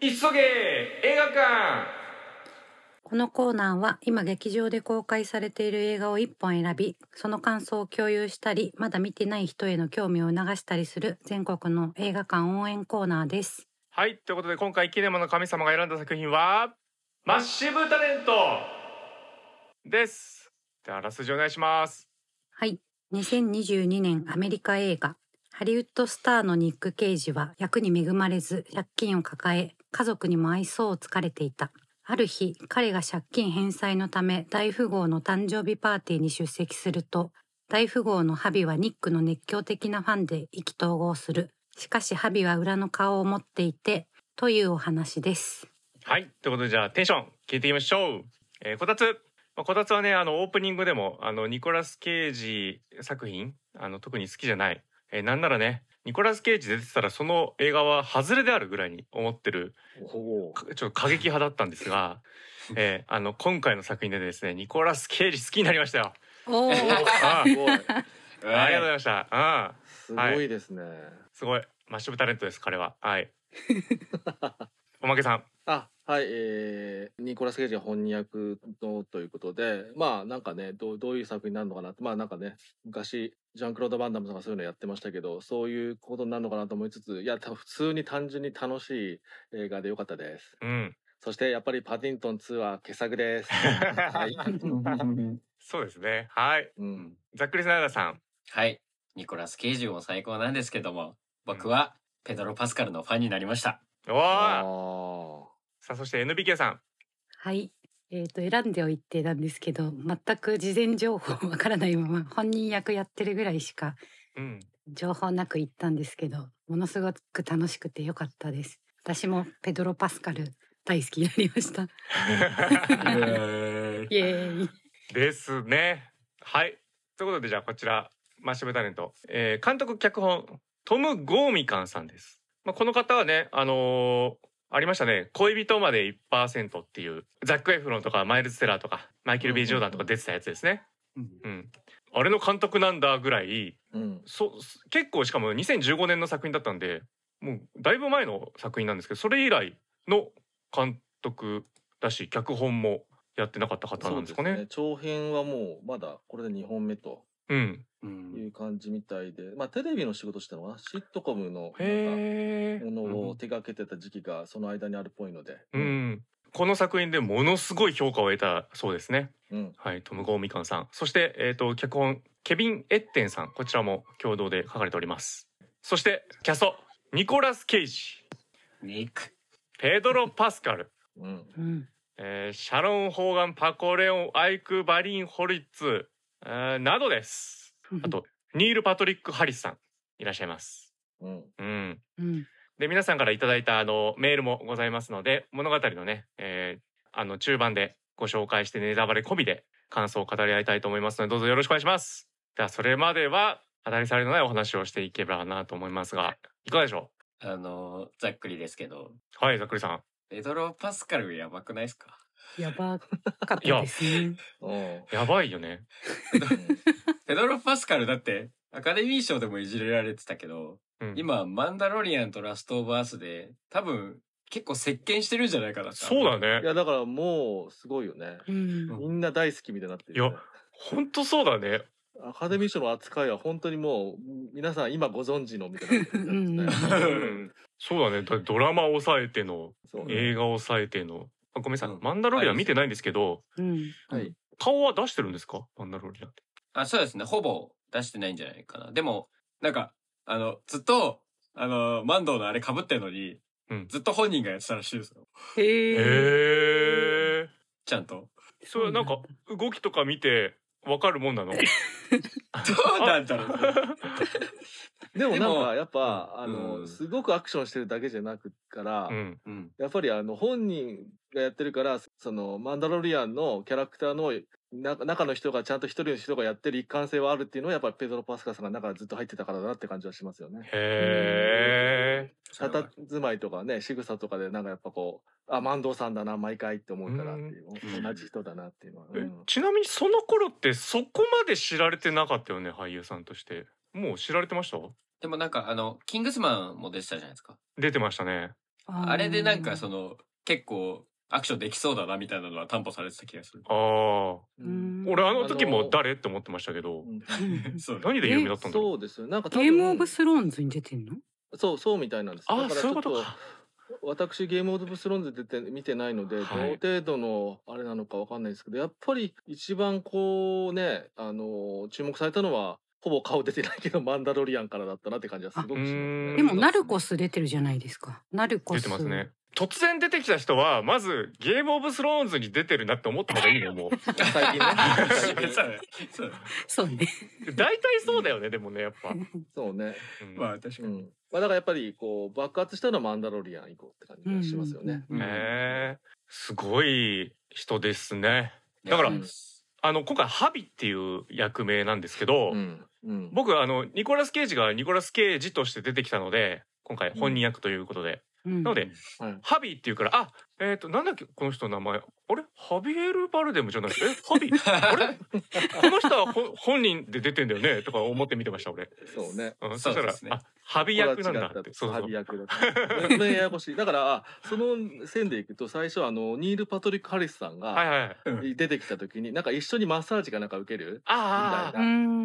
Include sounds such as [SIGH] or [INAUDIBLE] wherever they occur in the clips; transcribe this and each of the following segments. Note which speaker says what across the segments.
Speaker 1: 急げ映画館
Speaker 2: このコーナーは今劇場で公開されている映画を1本選びその感想を共有したりまだ見てない人への興味を促したりする全国の映画館応援コーナーです
Speaker 3: はいということで今回キネマの神様が選んだ作品は
Speaker 1: マッシブタレント
Speaker 3: ですではあらすじお願いします
Speaker 2: はい2022年アメリカ映画ハリウッドスターのニック・ケイジは役に恵まれず借金を抱え家族にも愛想をつかれていたある日彼が借金返済のため大富豪の誕生日パーティーに出席すると大富豪のハビはニックの熱狂的なファンで意気投合するしかしハビは裏の顔を持っていてというお話です
Speaker 3: はいということでじゃあテンション聞いてみましょう、えー、こたつまあ、こたつはねあのオープニングでもあのニコラス・ケイジ作品あの特に好きじゃない、えーなんならねニコラス・ケイジ出てたらその映画は外れであるぐらいに思ってる
Speaker 1: お
Speaker 3: かちょっと過激派だったんですが、えーあの今回の作品でですねニコラス・ケイジ好きになりましたよ。
Speaker 2: おー
Speaker 3: ああ
Speaker 4: すごい。
Speaker 3: ありがとうございました。ああ
Speaker 4: すごいですね。
Speaker 3: すごいマッシュブタレントです彼は。はい。おまけさん。
Speaker 4: あ、はい、えー、ニコラス・ケイジが翻訳のということで、まあなんかね、どうどういう作品になるのかなって、まあなんかね、昔、ジャンクロード・バンダムさんがそういうのやってましたけど、そういうことになるのかなと思いつつ、いや、た普通に単純に楽しい映画でよかったです。
Speaker 3: うん。
Speaker 4: そしてやっぱりパディントン2は傑作 [LAUGHS] です。はい。
Speaker 3: そうですね。はい。
Speaker 4: うん。
Speaker 3: ざっくりスナイダーさん。
Speaker 5: はい。ニコラス・ケイジも最高なんですけども、僕はペドロ・パスカルのファンになりました。
Speaker 3: おお。
Speaker 4: あ
Speaker 3: さあそして NBK さん。
Speaker 2: はい。えっ、と選んでおいてなんですけど、全く事前情報わからないまま本人役やってるぐらいしか
Speaker 3: うん。
Speaker 2: 情報なく行ったんですけど、ものすごく楽しくて良かったです。私もペドロパスカル大好きになりました。
Speaker 3: [LAUGHS]
Speaker 2: イエーイ。
Speaker 3: ですね。はい。ということでじゃあこちらマッシブタレント、えー監督脚本トム・ゴーミカンさんです。まあ、この方はねあのーありましたね「恋人まで1%」っていうザック・エフロンとかマイルズ・テラーとかマイケル・ B ・ジョーダンとか出てたやつですね。うん、あれの監督なんだぐらい
Speaker 4: ーうん。
Speaker 3: そ結構しかも2015年の作品だったんでもうだいぶ前の作品なんですけどそれ以来の監督だし脚本もやってなかった方なんですかね。う
Speaker 4: そう長編はもう、まだこれで2本目と
Speaker 3: ん、
Speaker 5: うん
Speaker 4: いう感じみたいで、まあテレビの仕事してたのかなシットコムのなんか、
Speaker 3: へえ。
Speaker 4: ものを手掛けてた時期がその間にあるっぽいので、
Speaker 3: うん、この作品でものすごい評価を得たそうですね。
Speaker 4: うん、
Speaker 3: はい、トム・ゴーミカンさん。そして、えっ、と、脚本、ケビン・エッテンさん。こちらも共同で書かれております。そして、キャスト、ニコラス・ケイジ、
Speaker 5: ニック。
Speaker 3: ペドロ・パスカル、
Speaker 4: うん、
Speaker 2: うん。
Speaker 3: えーシャロン・ホーガン、パコ・レオン、アイク・バリン・ホリッツ、えーなどです。あと、ニール・パトリック・ハリスさん、いらっしゃいます。
Speaker 4: うん、
Speaker 3: うん。
Speaker 2: うん。
Speaker 3: で皆さんからいただいたあのメールもございますので物語のね、えーあの中盤でご紹介してネタバレ込みで感想を語り合いたいと思いますのでどうぞよろしくお願いしますではそれまでは当たり障りのないお話をしていければなと思いますがいかがでしょ
Speaker 5: あのー、ざっくりですけど、
Speaker 3: うはいざっくりさん
Speaker 5: ペドロ・パスカルやばくないですか
Speaker 2: やばかったですね。
Speaker 4: うん、うん
Speaker 3: やばいよね
Speaker 5: ペドロ・パスカルだって、アカデミー賞でもいじれられてたけど、
Speaker 3: うん
Speaker 5: 今、マンダロリアンとラスト・オブ・アースで、多分、結構席巻してるんじゃないかなって
Speaker 3: そうだ。
Speaker 4: い
Speaker 3: ね
Speaker 4: やだからもうすごいよね。
Speaker 2: うん。
Speaker 4: みんな大好きみたいになってるよね、
Speaker 3: ほんとそうだね
Speaker 4: アカデミー賞の扱いは本当にもう皆さん今ご存知のみたいな感じになってる
Speaker 5: う
Speaker 4: よね。
Speaker 5: ん
Speaker 3: そうだねだドラマを抑えての
Speaker 4: そうね。
Speaker 3: 映画を抑えてのあごめんなさい、
Speaker 5: うん
Speaker 3: マンダロリアン見てないんですけど
Speaker 2: うん。
Speaker 5: はい。
Speaker 3: 顔は出してるんですかマンダロリアンって
Speaker 5: あ、そうですね。ほぼ出してないんじゃないかな。でも、なんか、あの、ずっと、あの、マンドーのあれ被ってるのに、
Speaker 3: うん
Speaker 5: ずっと本人がやってたらしいですよ。
Speaker 2: へえ。
Speaker 3: へえ
Speaker 5: ちゃんと。
Speaker 3: それなんか動きとか見てわかるもんな
Speaker 4: [LAUGHS]
Speaker 3: の
Speaker 5: どうなんだろうね。
Speaker 4: でもなんかやっぱあ
Speaker 5: でもう
Speaker 4: の
Speaker 5: ん
Speaker 4: すごくアクションしてるだけじゃなくから
Speaker 3: う、ん
Speaker 5: うん。
Speaker 4: やっぱりあの本人がやってるからそのマンダロリアンのキャラクターのな中の人がちゃんと一人の人がやってる一貫性はあるっていうのはやっぱりペドロ・パスカさんが中からずっと入ってたからだなって感じはしますよね。
Speaker 3: へえ
Speaker 4: たたずまいとかね仕草とかでなんかやっぱこうあマンドーさんだな毎回って思うからっていう、
Speaker 5: うん
Speaker 4: 同じ人だなっていうのは、う
Speaker 3: え
Speaker 4: ん
Speaker 3: ちなみにその頃ってそこまで知られてなかったよね俳優さんとしてもう知られてました
Speaker 5: でもなんか、あの、キングスマンも出てたじゃないですか。
Speaker 3: 出てましたね。
Speaker 2: あ
Speaker 5: あれでなんかそ
Speaker 2: の
Speaker 5: の結構アクションできそうだなみたいなのは担保されてた気がする
Speaker 3: ああ
Speaker 2: うん
Speaker 3: 俺あの時も誰って思ってましたけど
Speaker 4: うん
Speaker 5: そうだ
Speaker 3: 何で有名だったんだろ
Speaker 4: そうですよなんか多分
Speaker 2: ゲームオブスローンズに出てんの
Speaker 4: そうそうみたいなんです
Speaker 3: うあ
Speaker 4: だ
Speaker 3: あ
Speaker 4: から
Speaker 3: そういうこ
Speaker 4: ちょ
Speaker 3: と
Speaker 4: っ
Speaker 3: か
Speaker 4: 私ゲームオブスローンズ出て見てないので、
Speaker 3: はい
Speaker 4: どの程度のあれなのかわかんないですけどやっぱり一番こうねあの注目されたのはほぼ顔出てないけどマンダロリアンからだったなって感じはすごくします
Speaker 3: あ
Speaker 4: ね。
Speaker 2: でもナルコス出てるじゃないですかナルコ
Speaker 3: 出
Speaker 2: ス
Speaker 3: てますね突然出てきた人はまずゲームオブスローンズに出てるなって思った方がいいねもう
Speaker 4: 最近ね最近
Speaker 5: そうだ [LAUGHS]
Speaker 2: そ
Speaker 5: そうだ
Speaker 2: うね
Speaker 4: [LAUGHS]
Speaker 3: 大体そうだよねでもねやっぱ、
Speaker 4: そうね、
Speaker 3: うん
Speaker 5: まあ確か
Speaker 4: う
Speaker 5: に。
Speaker 4: んまあ、だからやっぱりこう爆発したのはマンダロリアン以降って感じがしますよね。
Speaker 5: うん
Speaker 3: ねえすごい人ですねだから
Speaker 5: うん
Speaker 3: あの今回ハビっていう役名なんですけど、
Speaker 4: うんうん
Speaker 3: 僕あのニコラス・ケイジがニコラス・ケイジとして出てきたので今回本人役ということで、
Speaker 2: うん
Speaker 3: なので
Speaker 4: はい
Speaker 3: ハビっていうからあえっ、となんだっけこの人の名前あれハビエル・バルデムじゃないえハビあれこの人はほ本人で出てんだよねとか思って見てました俺、
Speaker 4: そうね
Speaker 3: うん、そ
Speaker 5: そう
Speaker 3: した
Speaker 5: で
Speaker 3: ら、
Speaker 5: すね
Speaker 3: あハビ役なんだ
Speaker 4: これは
Speaker 3: っ
Speaker 4: 違
Speaker 3: て
Speaker 4: った
Speaker 3: そうそ
Speaker 4: ハ
Speaker 3: う
Speaker 4: ビ役だった。ごめんややこしい。だからあその線でいくと最初はあのニール・パトリック・ハリスさん
Speaker 3: はい
Speaker 4: が
Speaker 3: はい
Speaker 5: うん
Speaker 4: 出てきた時になんか一緒にマッサージかなんか受ける
Speaker 3: あ
Speaker 4: う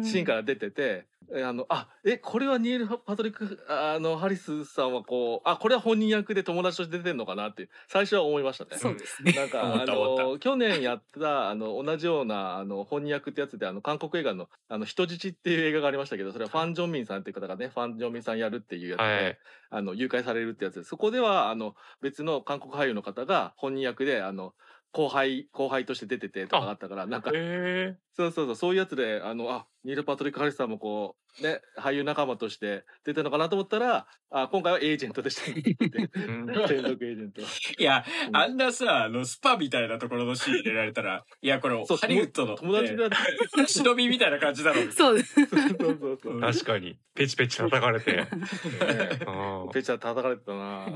Speaker 4: シーンから出てて、えあのあえこれはニール・パトリックあのハリスさんはこうあこれは本人役で友達として出てんのかなって最初は思いましたね。
Speaker 2: そうですね
Speaker 4: [LAUGHS] なんか
Speaker 5: 思
Speaker 4: あ
Speaker 5: った思った
Speaker 4: の去年やったあの同じようなあの翻訳ってやつであの韓国映画の「あの人質」っていう映画がありましたけどそれはファン・ジョンミンさんっていう方がねファン・ジョンミンさんやるっていうやつ
Speaker 3: あ
Speaker 4: で、
Speaker 3: はい
Speaker 4: あの誘拐されるってやつでそこではあの別の韓国俳優の方が翻訳であの後輩後輩として出ててとかがあったからなんか
Speaker 3: え
Speaker 4: そうそうそうそういうやつであのあニール・パトリック・ハリスさんもこうね俳優仲間として出てるのかなと思ったらあ今回はエージェントでし
Speaker 2: [LAUGHS]
Speaker 4: たねって言って
Speaker 3: ーうん
Speaker 4: 専属エージェント。
Speaker 5: いや、
Speaker 4: うん
Speaker 5: あんなさ、あの、スパみたいなところのシーン入れられたら、いや、これ、
Speaker 4: そう
Speaker 5: ハリウッドの、
Speaker 4: 友達
Speaker 5: ね
Speaker 4: だって
Speaker 5: [LAUGHS] 忍びみたいな感じだろう。
Speaker 2: そう [LAUGHS] です
Speaker 4: そうそうそう。
Speaker 5: うん
Speaker 3: 確かにペチペチ叩かれてうん
Speaker 4: ペチャ叩かれてたな。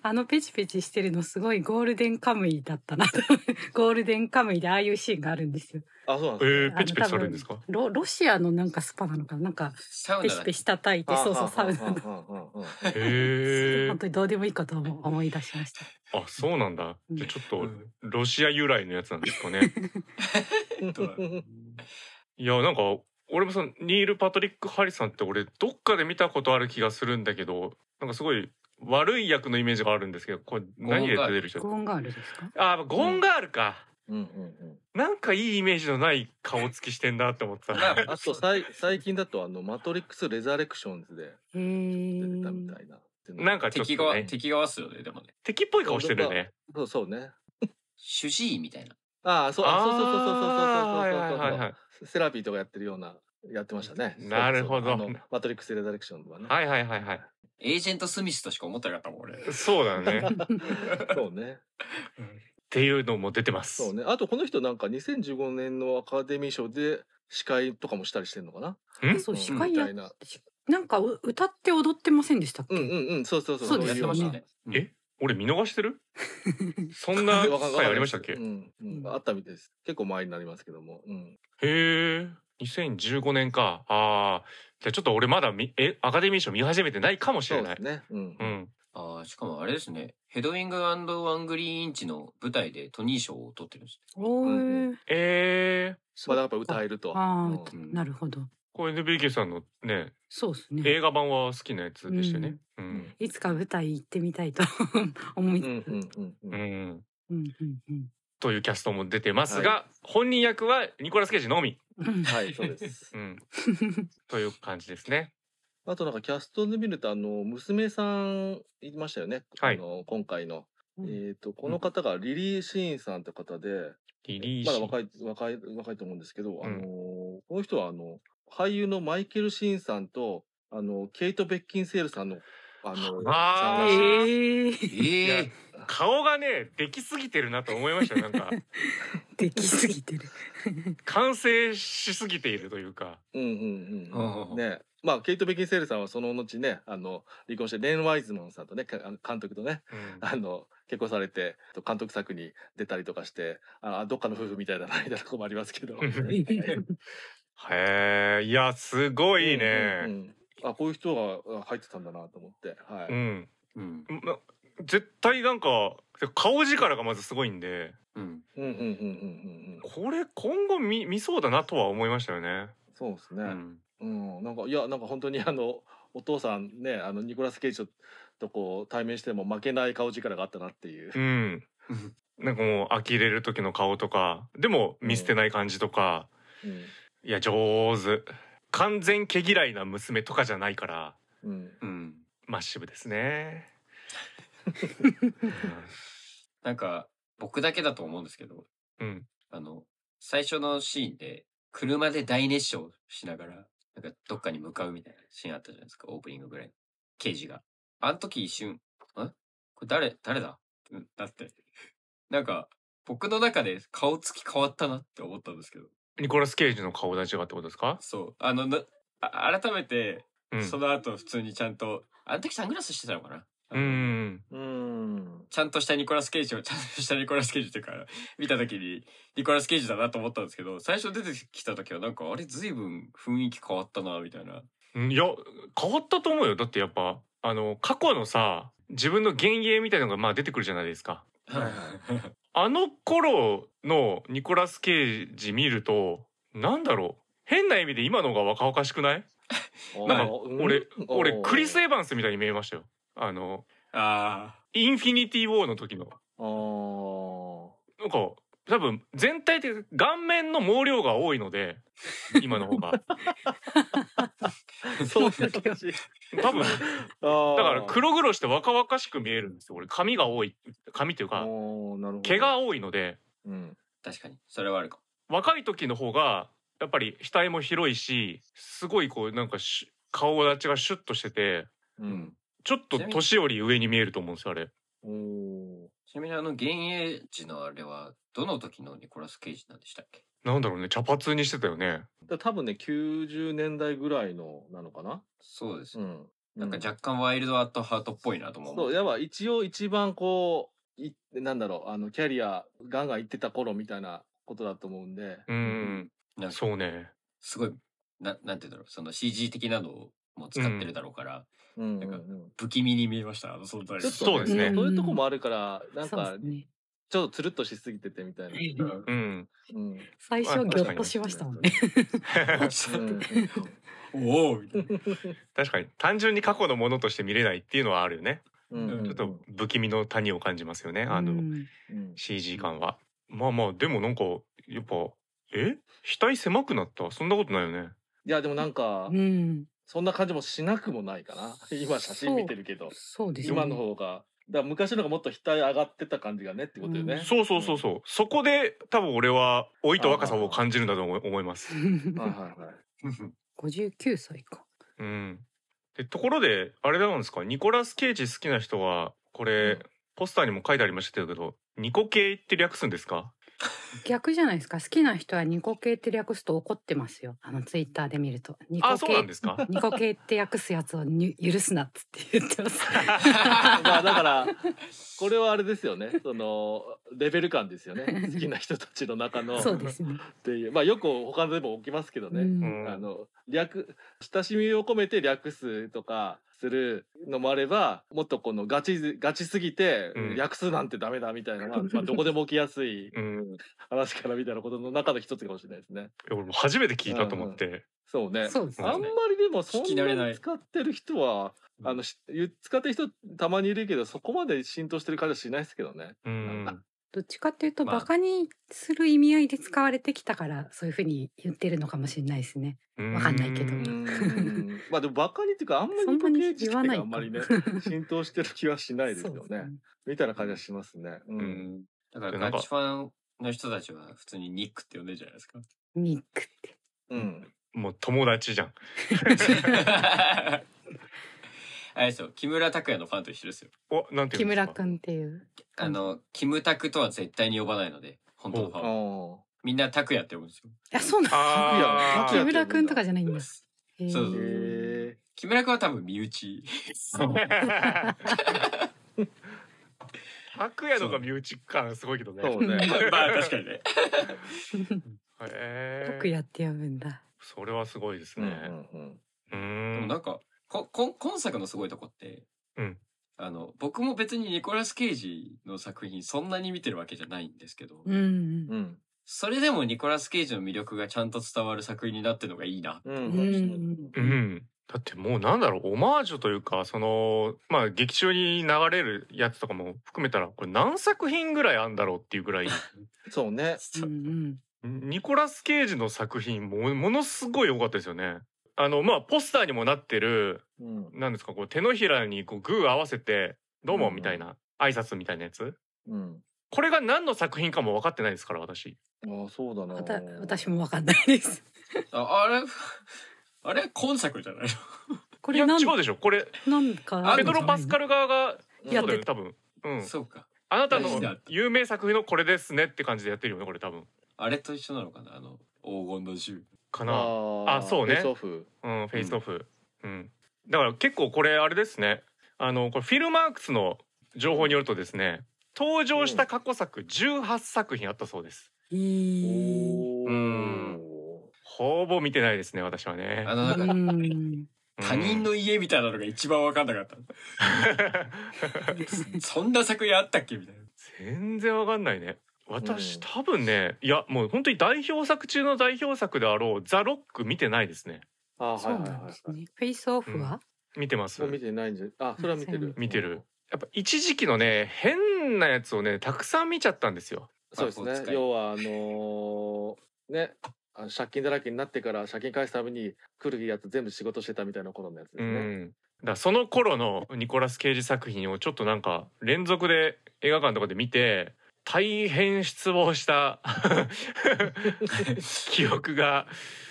Speaker 2: あのペチペチしてるのすごいゴールデンカムイだったな
Speaker 4: [LAUGHS]
Speaker 2: ゴールデンカムイでああいうシーンがあるんですよ
Speaker 4: あ、そうなん
Speaker 3: え
Speaker 4: です
Speaker 3: ー、ペチペチされるんですか
Speaker 2: ロロシアのなんかスパなのかななんか
Speaker 5: サウ
Speaker 2: ペ
Speaker 5: ナ
Speaker 2: シ
Speaker 5: だ
Speaker 2: ペ。シ叩いて
Speaker 4: か。
Speaker 2: そうそうサウナの
Speaker 4: ナ。 [LAUGHS]
Speaker 3: へえ
Speaker 2: 本当にどうでもいいことを思い出しました
Speaker 3: あそうなんだじゃあちょっ
Speaker 5: う
Speaker 3: と
Speaker 5: ん
Speaker 3: ロシア由来のやつなんですか
Speaker 4: [LAUGHS]
Speaker 3: ねいやなんか俺もそのニール・パトリック・ハリさんって俺どっかで見たことある気がするんだけどなんかすごい悪い役のイメージがあるんですけどこれ何で出てる人
Speaker 2: ゴーンガールですか
Speaker 3: あゴンガールか、
Speaker 4: うんうんうん。
Speaker 3: なんかいいイメージのない顔つきしてんだって思ってた
Speaker 5: まあ
Speaker 4: あとさい最近だとあのマトリックスレザレクションズで
Speaker 2: へ
Speaker 4: 出
Speaker 2: ー
Speaker 4: てたみたいな。
Speaker 3: なん
Speaker 4: か
Speaker 3: かちょっ
Speaker 5: 敵
Speaker 3: と
Speaker 5: 側、
Speaker 3: ね
Speaker 5: 敵側っすよね、でもね。
Speaker 3: 敵っぽい顔してるよね
Speaker 4: そうそうね。
Speaker 5: 主治医みたいな。
Speaker 4: あ、そうあそうそうそうそう
Speaker 3: あーはいはいはいは
Speaker 4: そうそうそうそう。セラピーとかやってるようなやってましたね。
Speaker 3: なるほど
Speaker 4: そうそうあのマトリックスレザレクションズはね。
Speaker 3: はいはいはいはい
Speaker 5: エージェント・スミスとしか思ってなかったもん、俺。
Speaker 3: そうだねっ
Speaker 4: そうね。
Speaker 3: ていうのも出てます
Speaker 4: そうね。あとこの人なんか2015年のアカデミー賞で司会とかもしたりしてるのかな。
Speaker 3: ん
Speaker 2: そう
Speaker 4: うん
Speaker 2: 司会や
Speaker 4: みたいな
Speaker 2: しなんかう歌って踊ってませんでしたっけ、
Speaker 4: うんうんうん。そうそうそう。
Speaker 2: そう
Speaker 5: や
Speaker 2: です
Speaker 5: って
Speaker 2: よ
Speaker 5: ま
Speaker 2: ね
Speaker 5: したね。
Speaker 3: え俺見逃して
Speaker 4: [LAUGHS]
Speaker 3: るそんな
Speaker 4: わかん
Speaker 3: 回ありましたっけ
Speaker 4: うん、うん
Speaker 2: うん
Speaker 4: あったみたいです。結構前になりますけども。うん。
Speaker 3: へえ2015年かああじゃあちょっと俺まだみえアカデミー賞見始めてないかもし
Speaker 4: そ
Speaker 3: れ
Speaker 4: う
Speaker 3: な
Speaker 4: で
Speaker 3: い
Speaker 4: すね。うん。
Speaker 3: う、ん
Speaker 5: ああ、しかもあれですね。ヘドウィングワングリーンインチの舞台でトニー賞を取ってるんです。
Speaker 2: おー
Speaker 4: うん
Speaker 3: えー、
Speaker 4: まあ、やっぱ歌えると。
Speaker 2: ああ、
Speaker 4: うん
Speaker 2: なるほど
Speaker 3: これ NBK さんのね
Speaker 2: そうですね
Speaker 3: 映画版は好きなやつでしたよねうん
Speaker 2: いつか舞台行ってみたいと [LAUGHS] 思
Speaker 4: う
Speaker 2: い、
Speaker 4: んうんうんう。
Speaker 3: うんん
Speaker 2: うんうんうん
Speaker 3: というキャストも出てますが、本人役はニコラス・ケイジのみ、
Speaker 2: うん
Speaker 4: はい、そうです
Speaker 3: [LAUGHS] う。ん、
Speaker 4: [LAUGHS]
Speaker 3: という感じですね
Speaker 4: あとなんかキャストで見ると、あの、娘さんいましたよね。
Speaker 3: はい
Speaker 4: あの、今回の。
Speaker 2: うん
Speaker 4: えっと、この方がリリー・シーンさんって方で、
Speaker 3: リリーシ
Speaker 4: まだ若い、若い、若いと思うんですけど、
Speaker 3: ん
Speaker 4: あのー、この人はあの、俳優のマイケル・シーンさんと、あの、ケイト・ベッキンセールさんの、あの、
Speaker 3: あー
Speaker 4: さんらしい
Speaker 2: ええー、
Speaker 3: [LAUGHS] い
Speaker 5: え
Speaker 3: や
Speaker 5: え。
Speaker 3: 顔がねできすぎてるなと思いましたよなんか
Speaker 2: できすぎてる
Speaker 3: 完成しすぎているというか
Speaker 4: うんうん
Speaker 5: ほうほ
Speaker 4: う
Speaker 5: うん
Speaker 4: う
Speaker 5: ほ
Speaker 4: ん。
Speaker 5: う
Speaker 4: ねまあケイト・ベキンセールさんはその後ねあの離婚してレン・ワイズマンさんとねかあの監督とね
Speaker 3: うん
Speaker 4: あの結婚されてと監督作に出たりとかしてあどっかの夫婦みたいだなみ [LAUGHS] たいなとこもありますけど。
Speaker 3: へえいやすごいね、
Speaker 4: うんうんうんあこういう人があ入ってたんだなと思って、はい
Speaker 3: うん、
Speaker 5: うん。
Speaker 3: ま絶対なんか顔力がまずすごいんで
Speaker 5: うん。
Speaker 4: うんうんうんうんうんうん。
Speaker 3: これ今後見見そうだなとは思いましたよね。
Speaker 4: そうですね。
Speaker 5: うん。
Speaker 4: うん、なんかいやなんか本当にあのお父さんねあのニコラス・ケイジとこう対面しても負けない顔力があったなっていう、
Speaker 3: うん
Speaker 5: うん。
Speaker 3: なんかもう呆れる時の顔とかでも見捨てない感じとか、
Speaker 4: うん
Speaker 3: いや上手完全毛嫌いな娘とかじゃないから
Speaker 4: うん、
Speaker 5: うん。
Speaker 3: マッシブですね。
Speaker 5: なんか、僕だけだと思うんですけど、
Speaker 3: うん、
Speaker 5: あの、最初のシーンで、車で大熱唱しながら、なんかどっかに向かうみたいなシーンあったじゃないですか、オープニングぐらい。刑事が。あの時一瞬、んこれ誰、誰だってなって。なんか、僕の中で顔つき変わったなって思ったんですけど。
Speaker 3: ニコラス・ケイジの顔立ちがってことですか、
Speaker 5: そう。あの、なあ改めて、
Speaker 3: うん、
Speaker 5: その後普通にちゃんと、あの時サングラスしてたのかな
Speaker 3: うんうん
Speaker 4: うん、
Speaker 5: ちゃんとしたニコラス・ケイジを、 [LAUGHS] ちゃんとしたニコラス・ケイジっていうか、見た時に、ニコラス・ケイジだなと思ったんですけど、最初出てきた時はなんか、あれ、随分雰囲気変わったな、みたいな。
Speaker 3: うんいや変わったと思うよだってやっぱあの過去のさ自分の幻影みたいなのがまあ出てくるじゃないですか。
Speaker 4: はい
Speaker 3: あの頃のニコラス・ケイジ見るとなんだろう変な意味で今のが若々しくないなんか俺俺クリス・エヴァンスみたいに見えましたよ。あの
Speaker 5: [LAUGHS] あ
Speaker 3: インフィニティ・ウォーの時の。
Speaker 4: あー
Speaker 3: なんか多分全体的に顔面の毛量が多いので今の方が
Speaker 5: [LAUGHS]
Speaker 4: そういう感じ
Speaker 3: 多分だ
Speaker 4: あ
Speaker 3: から黒々して若々しく見えるんですよ俺髪が多い髪というか毛
Speaker 4: 毛
Speaker 3: が多いので
Speaker 4: うん
Speaker 5: あ、確かに。それはあるかも。
Speaker 3: 若い時の方がやっぱり額も広いしすごいこうなんかし顔立ちがシュッとしてて
Speaker 4: う。
Speaker 5: うん
Speaker 3: ちょっと年より上に見えると思うんですよあれ
Speaker 4: おー
Speaker 5: ちなみにあの、幻影時のあれは、どの時のニコラス・ケイジなんでしたっけ
Speaker 3: なんだろうね茶髪にしてたよね
Speaker 4: だから多分ね90年代ぐらいのなのかな
Speaker 5: そうです
Speaker 4: う
Speaker 5: ね。
Speaker 4: ん
Speaker 5: なんか若干ワイルドアットハートっぽいなとも思
Speaker 4: そう
Speaker 5: う。
Speaker 4: やば一応一番こういなんだろうあのキャリアガンガン行ってた頃みたいなことだと思うんで、
Speaker 3: うん、
Speaker 5: なんか、
Speaker 3: そうね
Speaker 5: すごい、ななんて言うんだろう、その CG 的なのをも使ってるだろうか
Speaker 4: う
Speaker 5: ら、
Speaker 4: んうんうん
Speaker 5: なんか不気味に見えました、あの存在
Speaker 4: ちょ
Speaker 5: が。
Speaker 4: っと
Speaker 3: そうですね
Speaker 4: そういうとこもあるからなん
Speaker 2: そう
Speaker 4: か
Speaker 2: ですね。
Speaker 4: ちょっとつるっとしすぎててみたいな、
Speaker 5: うん
Speaker 3: うん
Speaker 4: うんうん
Speaker 2: 最初ギョッとしましたもんね。
Speaker 4: うん
Speaker 5: おおみたいな。
Speaker 3: 確かに単純に過去のものとして見れないっていうのはあるよね、
Speaker 4: うんうん
Speaker 3: ちょっと不気味の谷を感じますよねあの、
Speaker 2: うん、
Speaker 4: うん、
Speaker 3: CG 感はまあまあでもなんかやっぱえ額狭くなったそんなことないよね
Speaker 4: いやでもなんか
Speaker 2: うん、
Speaker 4: そんな感じもしなくもないかな [LAUGHS] 今写真見てるけど
Speaker 2: そうですね。
Speaker 4: 今
Speaker 2: [LAUGHS]
Speaker 4: の方がだから昔のがもっと額上がってた感じがねってことよね、
Speaker 2: うん
Speaker 3: そうそうそうそう、そこで多分俺は老いと若さを感じるんだと思い思います。
Speaker 4: はいはいはい
Speaker 2: 59歳か。
Speaker 3: うん、でところであれなんですかニコラス・ケイジ好きな人はこれ、
Speaker 4: うん
Speaker 3: ポスターにも書いてありましたけどニコ系って略すんですか
Speaker 2: 逆じゃないですか。好きな人はニコ系って略すと怒ってますよ。あのツイッターで見ると。ニコ
Speaker 3: あそうなん
Speaker 2: 系
Speaker 3: ですか
Speaker 2: [LAUGHS] ニコ系って訳すやつをに許すなっつって言ってます。
Speaker 4: [LAUGHS] まあだからこれはあれですよねそのレベル感ですよね好きな人たちの中
Speaker 2: [LAUGHS]
Speaker 4: の
Speaker 2: そうですね。
Speaker 4: っていうまあよく他でも起きますけど
Speaker 2: う
Speaker 4: ね、
Speaker 2: ん
Speaker 4: あの略親しみを込めて略すとかするのもあればもっとこのガチガチすぎて、
Speaker 3: うん
Speaker 4: 略すなんてダメだみたいなの
Speaker 2: [LAUGHS]
Speaker 4: は、まあ、どこでも起きやすい
Speaker 3: うん、い
Speaker 4: 話からみたいなことの中の一つかもしれないですね。
Speaker 3: や俺も初めて聞いたと思って、
Speaker 4: そうね
Speaker 2: そうです
Speaker 4: あん
Speaker 2: ね
Speaker 4: ま。りでもそん
Speaker 5: 聞き慣れな
Speaker 4: ないに使ってる人はあのし使ってる人たまにいるけどそこまで浸透してる感じはしないですけどね。
Speaker 3: うん
Speaker 2: どっちかっていうと、
Speaker 5: まあ
Speaker 2: バカにする意味合いで使われてきたから、そういうふうに言ってるのかもしれないですね。
Speaker 3: うん
Speaker 2: わかんないけど
Speaker 3: う
Speaker 4: うんんまあでもバカにっていうかあんまり
Speaker 2: そんなに
Speaker 4: ニコケイジ
Speaker 2: 言わない
Speaker 4: って
Speaker 2: か
Speaker 4: あんまりね [LAUGHS] 浸透してる気はしないですよ
Speaker 2: そ
Speaker 4: ね
Speaker 2: うですね。
Speaker 4: みたいな感じはしますね。うん
Speaker 3: うん
Speaker 5: だか
Speaker 3: でな
Speaker 5: ら
Speaker 3: んか
Speaker 5: ガチファンの人たちは普通にニックって呼んでるじゃないですか。
Speaker 2: ニックって。
Speaker 4: うん
Speaker 3: もう友達じゃん。
Speaker 5: あれですよ、木村拓哉のファンと一緒ですよ。
Speaker 3: お、なんてい
Speaker 2: 木
Speaker 3: うんです
Speaker 2: 村
Speaker 3: か。
Speaker 2: くんっていう。
Speaker 5: あの、キムタクとは絶対に呼ばないので、本当のフ
Speaker 4: あ
Speaker 5: ァンは。
Speaker 4: ー
Speaker 5: みんな拓哉って呼ぶんですよ。
Speaker 2: あ、そうなん
Speaker 3: あ
Speaker 4: 拓
Speaker 2: [LAUGHS] 木
Speaker 4: 哉
Speaker 2: 村くんとかじゃないんです。へー
Speaker 5: そうそう
Speaker 4: へ
Speaker 5: 木村君は多分身内。 [LAUGHS]
Speaker 3: ー。 [LAUGHS] 拓也のが身内感すごいけどね
Speaker 4: え。そうね。
Speaker 5: まあ確かにね。
Speaker 3: へ
Speaker 2: 特
Speaker 3: ー
Speaker 2: やって呼ぶんだ。
Speaker 3: それはすごいです
Speaker 4: うん
Speaker 3: ね。
Speaker 4: うんうん
Speaker 3: うー
Speaker 5: でも
Speaker 3: ん
Speaker 5: なんか、ここん今作のすごいとこって、
Speaker 3: うん
Speaker 5: あの、僕も別にニコラス・ケイジの作品そんなに見てるわけじゃないんですけど、
Speaker 2: うんうん
Speaker 4: うん
Speaker 5: それでもニコラス・ケイジの魅力がちゃんと伝わる作品になってるのがいいな。
Speaker 4: う
Speaker 2: うんん
Speaker 3: う。ん、だってもうなんだろうオマージュというかそのまあ劇中に流れるやつとかも含めたらこれ何作品ぐらいあんだろうっていうぐらい
Speaker 4: そうね
Speaker 2: うんうん
Speaker 3: ニコラス・ケイジの作品もものすごい良かったですよね。あのまあポスターにもなってる
Speaker 4: うん
Speaker 3: なんですかこう手のひらにこうグー合わせて「どうも」
Speaker 4: うん
Speaker 3: みたいな挨拶みたいなやつ
Speaker 4: うん
Speaker 3: これが何の作品かも分かってないですから私
Speaker 4: ああそうだな
Speaker 2: わた私もわかんないです。
Speaker 5: [LAUGHS]
Speaker 2: [LAUGHS]
Speaker 5: ああれ、 [LAUGHS] あれ今作じゃないの
Speaker 2: こ
Speaker 3: い
Speaker 2: れ
Speaker 3: や
Speaker 2: なん
Speaker 3: 違うでしょこれ
Speaker 2: なんかあ
Speaker 3: ペ
Speaker 2: るん
Speaker 3: ド
Speaker 2: じゃ
Speaker 3: ロ・
Speaker 2: な
Speaker 3: パ
Speaker 2: いの
Speaker 3: スカル側が
Speaker 4: う
Speaker 3: そ
Speaker 4: ん
Speaker 2: や
Speaker 3: う
Speaker 2: っ
Speaker 3: だ
Speaker 2: て
Speaker 3: よね多分うん
Speaker 5: そうか。
Speaker 3: あなた
Speaker 5: 大
Speaker 3: の
Speaker 5: 事だって
Speaker 3: 有名作品のこれですねって感じでやってるよねこれ多分
Speaker 5: あれと一緒なのかなあの、黄金の銃。
Speaker 3: かな
Speaker 4: あ
Speaker 3: あそうね
Speaker 4: フェイスオフ
Speaker 3: うん、フェイスオフ、うんだから結構これあれですねあのこれフィルマークスの情報によるとですね登場した過去作18作品あったそうです
Speaker 2: へー
Speaker 4: おー
Speaker 3: うんほぼ見てないですね私はね
Speaker 5: あの、なん
Speaker 2: う
Speaker 5: か、
Speaker 2: ん
Speaker 5: 他人
Speaker 3: の
Speaker 5: の家みたいなのが一番わかんなかった。そんな作品あったっけみたいな。
Speaker 3: 全然わかんないね私
Speaker 4: うん
Speaker 3: 多分ねいやもう本当に代表作中の代表作であろう「ザ・ロック」見てないですね
Speaker 4: あはい
Speaker 2: そう
Speaker 4: はい
Speaker 2: なん
Speaker 4: は
Speaker 2: で
Speaker 4: い
Speaker 2: すね。フェイスオフは、
Speaker 3: 見てます
Speaker 4: それ見てないんじゃあそれは見てる
Speaker 3: 見てるやっぱ一時期のね変なやつをねたくさん見ちゃったんですよ
Speaker 4: そうです
Speaker 5: 魔法
Speaker 4: ね
Speaker 5: 使い
Speaker 4: 要はあのーねあの借金だらけになってから借金返すために来るやつ全部仕事してたみたいな頃のやつで
Speaker 3: う
Speaker 4: すね、
Speaker 3: ん、だからその頃のニコラス・ケイジ作品をちょっとなんか連続で映画館とかで見て大変失望した [LAUGHS] 記憶が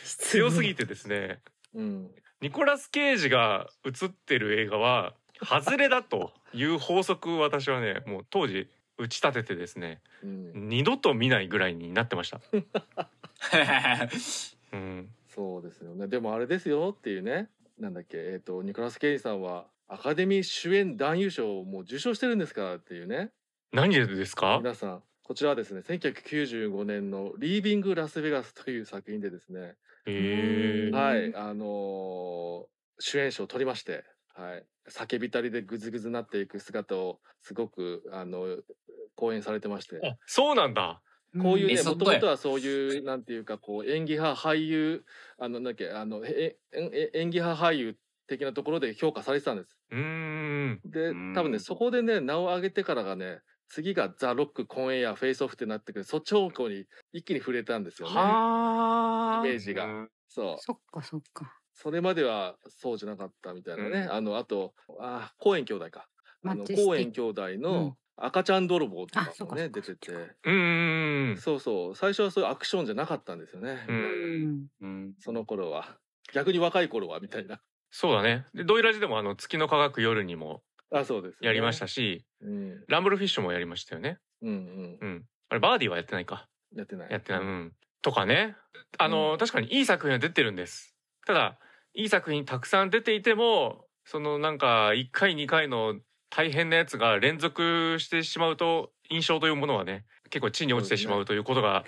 Speaker 3: 強すぎてですね
Speaker 4: うん
Speaker 3: ニコラス・ケイジが映ってる映画は外れだという法則を私はねもう当時打ち立ててですね
Speaker 4: うん、
Speaker 3: 二度と見ないぐらいになってました。うん、
Speaker 4: そうですよねでもあれですよっていうねなんだっけえっ、とニコラス・ケイジさんはアカデミー主演男優賞をもう受賞してるんですからっていうね
Speaker 3: 何でですか
Speaker 4: 皆さんこちらはですね1995年の「リービング・ラスベガス」という作品でですね
Speaker 3: へえ
Speaker 2: うん
Speaker 4: はい、あのー主演賞を取りまして、はい、叫びたりでぐずぐずなっていく姿をすごくあの講演されてまして、
Speaker 3: あそうなんだ。
Speaker 4: こういう
Speaker 5: メ
Speaker 4: ね、
Speaker 5: ソ
Speaker 4: も
Speaker 5: ッ
Speaker 4: と
Speaker 5: ドや
Speaker 4: もとはそういうなんていうかこう演技派俳優あのなんだっけあのえええ演技派俳優的なところで評価されてたんです。
Speaker 3: うーん。
Speaker 4: で、
Speaker 5: うん
Speaker 4: 多分ねそこでね名を上げてからがね。次がザ・ロック、コンエア、フェイスオフってなってくる、そっち方向に一気に触れたんですよね。
Speaker 3: はあ。
Speaker 4: イメージが。そう。
Speaker 2: そっかそっか。
Speaker 4: それまではそうじゃなかったみたいなね、
Speaker 3: うん
Speaker 4: あのあとあー公園兄弟かあ
Speaker 2: マ
Speaker 4: の
Speaker 2: ッチスティ
Speaker 4: 公園兄弟の赤ちゃん泥棒とか
Speaker 2: あそう
Speaker 4: も
Speaker 2: か
Speaker 4: ね、
Speaker 2: そうか
Speaker 4: 出てて
Speaker 2: そっか
Speaker 3: うーん。
Speaker 4: そうそう最初はそういうアクションじゃなかったんですよね、
Speaker 3: うん
Speaker 2: うん。
Speaker 5: [LAUGHS] うん
Speaker 4: その頃は逆に若い頃はみたいな [LAUGHS]
Speaker 3: そうだね。で、ドイラジでもあの月の科学夜にも
Speaker 4: あそうです、
Speaker 3: やりました、し、
Speaker 4: うん、
Speaker 3: ランブルフィッシュもやりましたよね。
Speaker 4: うんうん
Speaker 3: うん。あれバーディーはやってないか。
Speaker 4: やってない
Speaker 3: やってない。うん。とかね。あの、
Speaker 4: うん
Speaker 3: 確かにいい作品は出てるんです。ただいい作品たくさん出ていても、そのなんか一回二回の大変なやつが連続してしまうと印象というものはね、結構地に落ちてしまうということが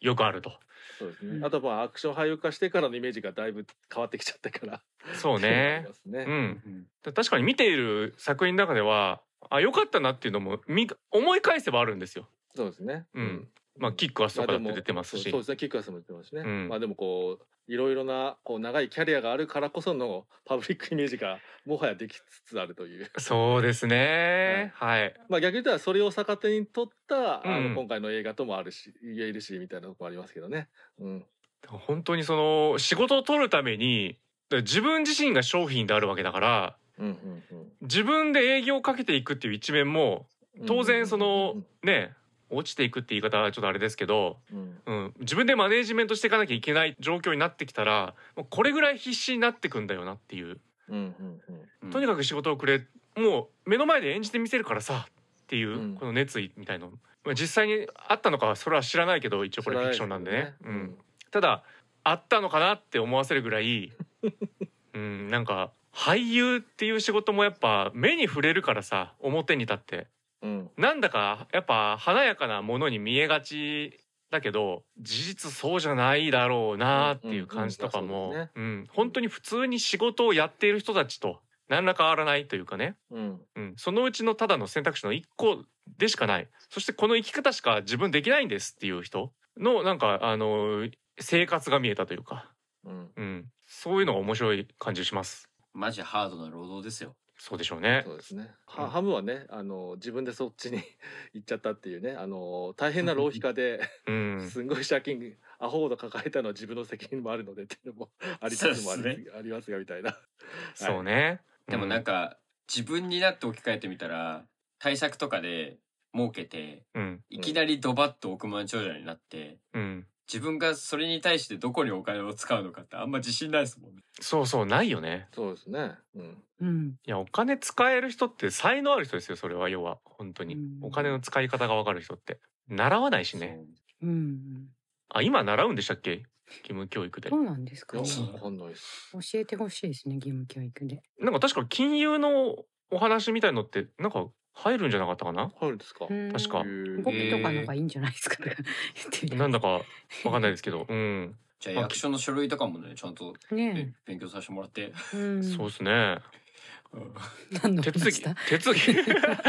Speaker 3: よくあると。
Speaker 4: そうですねあとまあアクション俳優化してからのイメージがだいぶ変わってきちゃったから
Speaker 3: そう
Speaker 4: [LAUGHS] あり
Speaker 3: ね。
Speaker 4: ますね
Speaker 3: うん。だ確かに見ている作品の中ではあ良かったなっていうのもみ思い返せばあるんですよ。
Speaker 4: そうですね
Speaker 3: うんまあキックアスとかだって出てます
Speaker 4: そう
Speaker 3: し
Speaker 4: そう。ですねキックアスも出てますしね、
Speaker 3: うん
Speaker 4: まあでもこういろいろなこう長いキャリアがあるからこその [LAUGHS] パブリックイメージがもはやできつつあるという [LAUGHS]
Speaker 3: そうですね。はい。
Speaker 4: まあ逆に言ったらそれを逆手に取った、あ
Speaker 3: うん
Speaker 4: の今回の映画ともあるし言えるしみたいなとこもありますけどね、うん、
Speaker 3: 本当にその仕事を取るためにだから自分自身が商品であるわけだから
Speaker 4: うんうんうん
Speaker 3: 自分で営業をかけていくっていう一面も
Speaker 4: うん
Speaker 3: 当然その
Speaker 4: うん
Speaker 3: ね落ちていくって言い方はちょっとあれですけど、
Speaker 4: うん
Speaker 3: うん、自分でマネージメントしていかなきゃいけない状況になってきたらもうこれぐらい必死になってくんだよなっていう
Speaker 4: うんうん
Speaker 3: とにか
Speaker 5: く、
Speaker 3: く仕事をくれもう目の前で演じてみせるからさっていう、
Speaker 4: うん
Speaker 3: この熱意みたいのまあ実際にあったのかはそれは知らないけど一応これフィクションなんでね
Speaker 4: う
Speaker 3: うん
Speaker 4: ん、
Speaker 3: ただあったのかなって思わせるぐら [LAUGHS] いうんなんか俳優っていう仕事もやっぱ目に触れるからさ表に立って
Speaker 4: うん、
Speaker 3: なんだかやっぱ華やかなものに見えがちだけど事実そうじゃないだろうなっていう感じとかも、
Speaker 4: うんうんうんまあそう
Speaker 3: うん本当に普通に仕事をやっている人たちと何ら変わらないというかね
Speaker 4: うん
Speaker 3: うん、そのうちのただの選択肢の1個でしかないそしてこの生き方しか自分できないんですっていう人のなんかあの生活が見えたというか、
Speaker 4: うん
Speaker 3: うん、そういうのが面白い感じします
Speaker 5: マジハードな労働ですよ。
Speaker 3: そうでしょうね
Speaker 4: そうですね。
Speaker 3: うん
Speaker 4: はハムはね、あの自分でそっちに [LAUGHS] 行っちゃったっていうね、あの大
Speaker 3: [LAUGHS]
Speaker 4: 変な浪費家で、
Speaker 3: うん
Speaker 4: すんごい借金アホほど抱えたのは自分の責任もあるのでっていうのもありつつもあり,、
Speaker 5: そうです
Speaker 4: ありますがみたいな。
Speaker 3: そうね
Speaker 5: でもなん
Speaker 3: か
Speaker 5: か、自分になって置き換えてみたら、対策とかで儲けて、
Speaker 3: うん
Speaker 5: いきなりドバッと億万長者になって、
Speaker 3: うん
Speaker 5: 自分がそれに対してどこにお金を使うのかってあんま自信ないですもんね。
Speaker 3: そうそうないよね
Speaker 4: そうですね。うん。
Speaker 2: うん。
Speaker 3: いやお金使える人って才能ある人ですよそれは要は本当に
Speaker 2: うん
Speaker 3: お金の使い方がわかる人って習わないしね
Speaker 2: うん。
Speaker 3: あ今習うんでしたっけ義務教育で
Speaker 2: どうなんです
Speaker 4: い
Speaker 2: か
Speaker 4: や
Speaker 2: ね。
Speaker 5: そう
Speaker 4: わかんないです。
Speaker 2: 教えてほしいですね、義務教育で。
Speaker 3: なんか確か金融のお話みたいのってなんか入るんじゃなかったかな
Speaker 4: 入るんですか。
Speaker 2: うん
Speaker 3: 確か
Speaker 4: へ
Speaker 2: 語
Speaker 4: ー
Speaker 2: 尾とかの方がいいんじゃないですか。 [LAUGHS] 言ってみたら
Speaker 3: なんだかわかんないですけ
Speaker 2: [LAUGHS]
Speaker 3: ど、うん、
Speaker 5: じゃあ役所の書類とかもね、ちゃんとね
Speaker 2: ね
Speaker 5: 勉強させてもらって。
Speaker 2: え。うん。
Speaker 3: そうですね。 [LAUGHS]
Speaker 2: 何の
Speaker 3: 手続
Speaker 2: 話
Speaker 3: き
Speaker 2: だ。、
Speaker 3: 手続
Speaker 2: [LAUGHS]
Speaker 3: き。 [LAUGHS] うんごめんな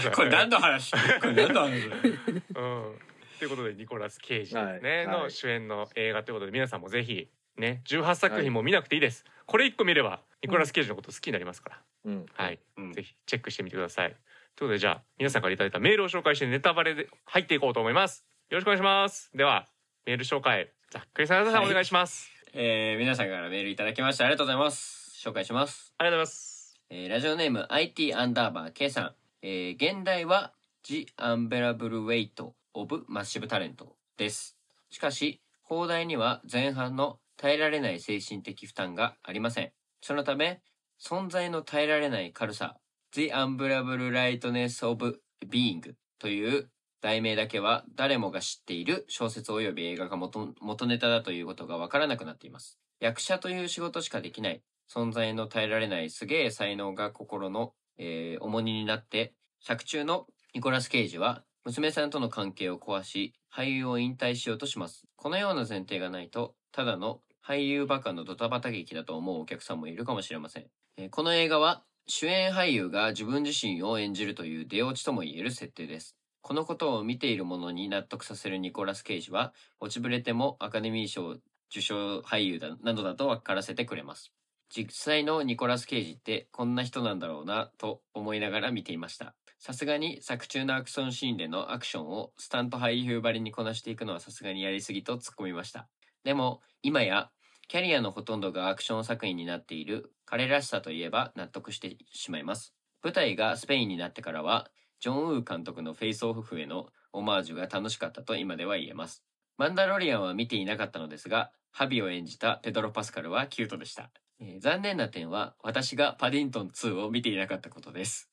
Speaker 3: さい
Speaker 5: [LAUGHS] これ何の話これ何
Speaker 3: [LAUGHS]
Speaker 5: の話だよ
Speaker 3: うんということで、ニコラス・ケイジです
Speaker 4: は
Speaker 3: ね、
Speaker 4: いは
Speaker 3: の
Speaker 4: い
Speaker 3: 主演の映画ということで、皆さんもぜひ、ね、18作品も見なくていいです。これ一個見れば、ニコラス・ケイジのこと好きになりますから、
Speaker 4: うん。
Speaker 3: はい、
Speaker 5: うん
Speaker 3: ぜひチェックしてみてください。ということで、じゃあ、皆さんからいただいたメールを紹介してネタバレで入っていこうと思います。よろしくお願いします。では、メール紹介、ざっくりさん、お願いします。
Speaker 5: えー皆さんからメールいただきましてありがとうございます。紹介します。
Speaker 3: ありがとうござい [LAUGHS] ます。
Speaker 5: えーラジオネーム IT アンダーバー K さん。えー現代は The Unbearable Weight of Massive Talent です。しかし、放題には前半の耐えられない精神的負担がありません。そのため、存在の耐えられない軽さ、The Unbearable Lightness of Being という題名だけは誰もが知っている小説及び映画が元元ネタだということがわからなくなっています。役者という仕事しかできない。存在の耐えられないすげえ才能が心の、えー重荷になって、作中のニコラス・ケイジは、娘さんとの関係を壊し、俳優を引退しようとします。このような前提がないと、ただの俳優バカのドタバタ劇だと思うお客さんもいるかもしれません。えーこの映画は、主演俳優が自分自身を演じるという出落ちとも言える設定です。このことを見ている者に納得させるニコラス・ケイジは、落ちぶれてもアカデミー賞受賞俳優だなどだと分からせてくれます。実際のニコラス・ケイジってこんな人なんだろうなと思いながら見ていました。さすがに作中のアクションシーンでのアクションをスタント俳優張りにこなしていくのはさすがにやりすぎと突っ込みました。でも今やキャリアのほとんどがアクション作品になっている彼らしさといえば納得してしまいます。舞台がスペインになってからはジョン・ウー監督のフェイスオフへのオマージュが楽しかったと今では言えます。マンダロリアンは見ていなかったのですが、ハビを演じたペドロ・パスカルはキュートでした。えー残念な点は私がパディントン2を見ていなかったことです。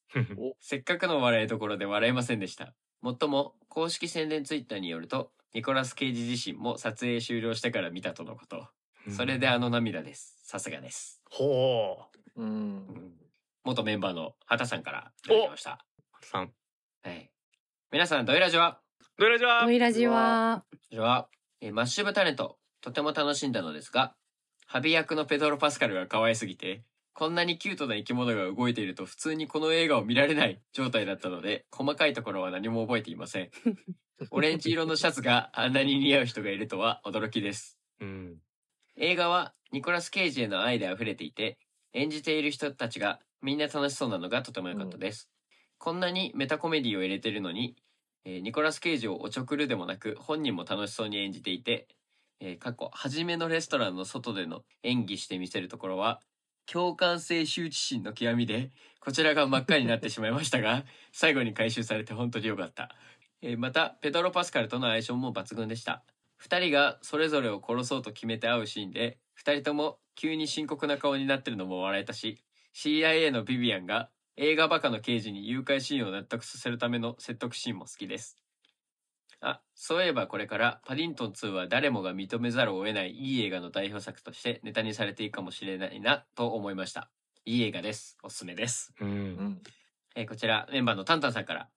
Speaker 5: せっかくの笑いどころで笑えませんでした。もっとも公式宣伝ツイッターによるとニコラス・ケイジ自身も撮影終了してから見たとのこと。それであの涙です。さすがです。
Speaker 3: ほう。
Speaker 4: うん
Speaker 5: う。ん元メンバーの畑さんからいただきました。
Speaker 3: さん。
Speaker 5: はい、皆さん、ドイラジは
Speaker 3: どれじゃ
Speaker 2: ノイラジは。
Speaker 5: これは、えーマッシブタレント、とても楽しんだのですが、ハビ役のペドロ・パスカルが可愛すぎて、こんなにキュートな生き物が動いていると普通にこの映画を見られない状態だったので、細かいところは何も覚えていません。オレンジ色のシャツがあんなに似合う人がいるとは驚きです。
Speaker 3: うん。
Speaker 5: 映画はニコラス・ケイジへの愛で溢れていて、演じている人たちがみんな楽しそうなのがとても良かったです。こんなにメタコメディを入れてるのに、えーニコラス・ケイジをおちょくるでもなく本人も楽しそうに演じていて、えー、過去、初めのレストランの外での演技してみせるところは、共感性羞恥心の極みで、こちらが真っ赤になってしまいましたが、 [LAUGHS] 最後に回収されて本当に良かった。えーまた、ペドロ・パスカルとの相性も抜群でした。二人がそれぞれを殺そうと決めて会うシーンで二人とも急に深刻な顔になってるのも笑えたし CIA のビビアンが映画バカの刑事に誘拐シーンを納得させるための説得シーンも好きですあそういえばこれからパディントン2は誰もが認めざるを得ないいい映画の代表作としてネタにされていくかもしれないなと思いましたいい映画ですおすすめです
Speaker 3: う。
Speaker 4: うんん。
Speaker 5: えーこちらメンバーのタンタンさんから、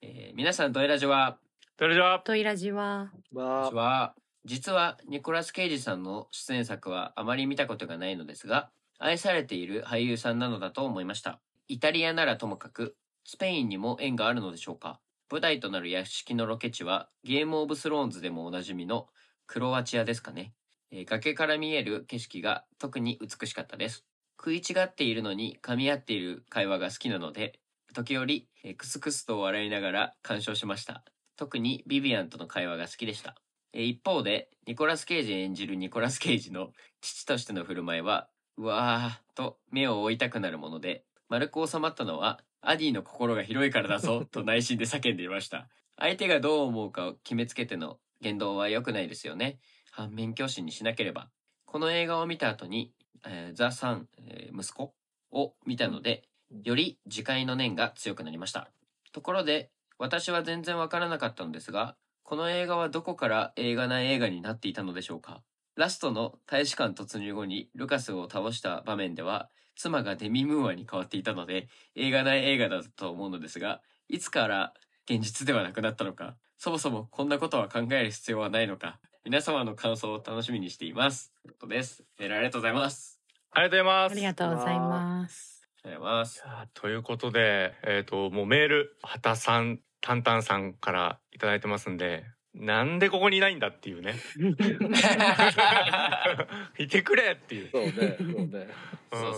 Speaker 5: えー皆さんドエラジオは
Speaker 3: どれじゃ
Speaker 2: トイラジは。
Speaker 4: ま
Speaker 5: 私は実はニコラス・ケイジさんの出演作はあまり見たことがないのですが愛されている俳優さんなのだと思いました。イタリアならともかく、スペインにも縁があるのでしょうか。舞台となる屋敷のロケ地は、ゲームオブスローンズでもおなじみのクロアチアですかね。えー崖から見える景色が特に美しかったです。食い違っているのに噛み合っている会話が好きなので、時折、えークスクスと笑いながら鑑賞しました。特にビビアンとの会話が好きでした。えー一方で、ニコラス・ケイジ演じるニコラス・ケイジの父としての振る舞いは、うわーと目を覆いたくなるもので、丸く収まったのは、アディの心が広いからだぞと内心で叫んでいました。相手がどう思うかを決めつけての言動は良くないですよね。反面教師にしなければ。この映画を見た後に、えーザ・サン、えー息子を見たので、より自戒の念が強くなりました。ところで、私は全然わからなかったのですが、この映画はどこから映画な映画になっていたのでしょうかラストの大使館突入後にルカスを倒した場面では、妻がデミムーアに変わっていたので、映画ない映画だと思うのですが、いつから現実ではなくなったのか、そもそもこんなことは考える必要はないのか、皆様の感想を楽しみにしています。ということです。えーありがとうございます。
Speaker 3: ありがとうござい
Speaker 2: あ
Speaker 3: ます。
Speaker 2: りがとうございます。
Speaker 5: ありがとうございます。
Speaker 3: さあということで、えっ、と、もうメール、畑さん、タンタンさんからいただいてますんで、なんでここにいないんだって
Speaker 4: [LAUGHS]
Speaker 3: いうね。いてくれっていう。
Speaker 4: そうね、そうね。
Speaker 3: ん
Speaker 5: そうで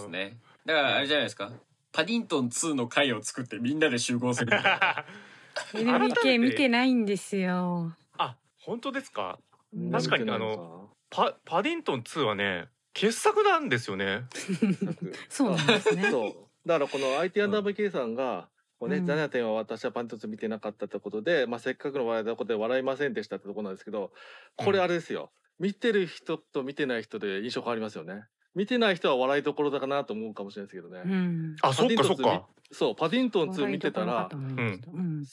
Speaker 5: す。ね。だからあれじゃないですか。パディントン2の回を作ってみんなで集合するみた
Speaker 3: [LAUGHS]
Speaker 5: いな。
Speaker 2: NBK [LAUGHS] 見てないんですよ。
Speaker 3: [LAUGHS] あ、本当ですか
Speaker 2: 確
Speaker 3: かにあのパ、パディントン2はね、傑作なんですよね。
Speaker 4: なんていうのかな、
Speaker 2: そうなんですね。
Speaker 4: そう。だからこの IT アンダー VK さんが、こうね、
Speaker 2: うん
Speaker 4: 残念な点は私はパントツ見てなかったってことで、まあ、せっかくの笑いだことで笑いませんでしたってとこなんですけど、これあれですよ。見てる人と見てない人で印象変わりますよね。見てない人は笑いどころだかなと思うかもしれないですけどね。
Speaker 2: うん。
Speaker 3: あ、そっかそっ
Speaker 4: パディン
Speaker 3: か。
Speaker 4: そう、パディントン2
Speaker 2: 笑い
Speaker 4: 見て
Speaker 2: どこ
Speaker 4: た
Speaker 2: ろからと、思いましたうん。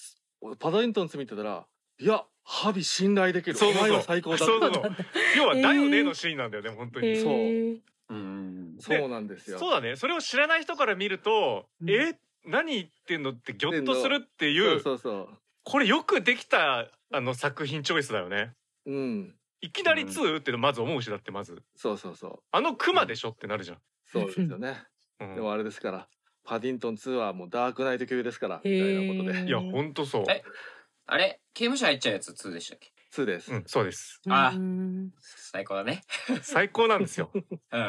Speaker 4: パディントン2見てたら、いや、ハビ信頼できる。
Speaker 3: そうそうそう
Speaker 4: お前は最高だって
Speaker 3: そうそう
Speaker 2: そうなんだ
Speaker 3: 要は、だよねのシーンなんだよね、本当に。
Speaker 2: へー
Speaker 5: うん。
Speaker 4: そうなんですよ。
Speaker 3: そうだね。それを知らない人から見ると、
Speaker 2: うん
Speaker 3: え、何言ってんのってギョッとするっていう、
Speaker 4: そうそうそ
Speaker 3: これよくできた、あの、作品チョイスだよね。
Speaker 4: う。うん。
Speaker 3: いきなり
Speaker 5: うん
Speaker 3: 2ってまず思うし、だってまず。
Speaker 4: そうそうそう。
Speaker 3: あのクマでしょってなるじゃん。
Speaker 4: そうですよね。
Speaker 3: うん
Speaker 4: でもあれですから、パディントン2はもうダークナイト級ですから、みたいなこと
Speaker 2: へ
Speaker 4: で、
Speaker 2: ー
Speaker 3: いや、ほんとそう。
Speaker 5: えあれ刑務所入っちゃうやつ2でしたっけ
Speaker 4: 2です。
Speaker 3: うん、そうです。
Speaker 5: あ
Speaker 2: うん
Speaker 5: 最高だね。 [LAUGHS]
Speaker 3: 最高なんですよ。
Speaker 5: う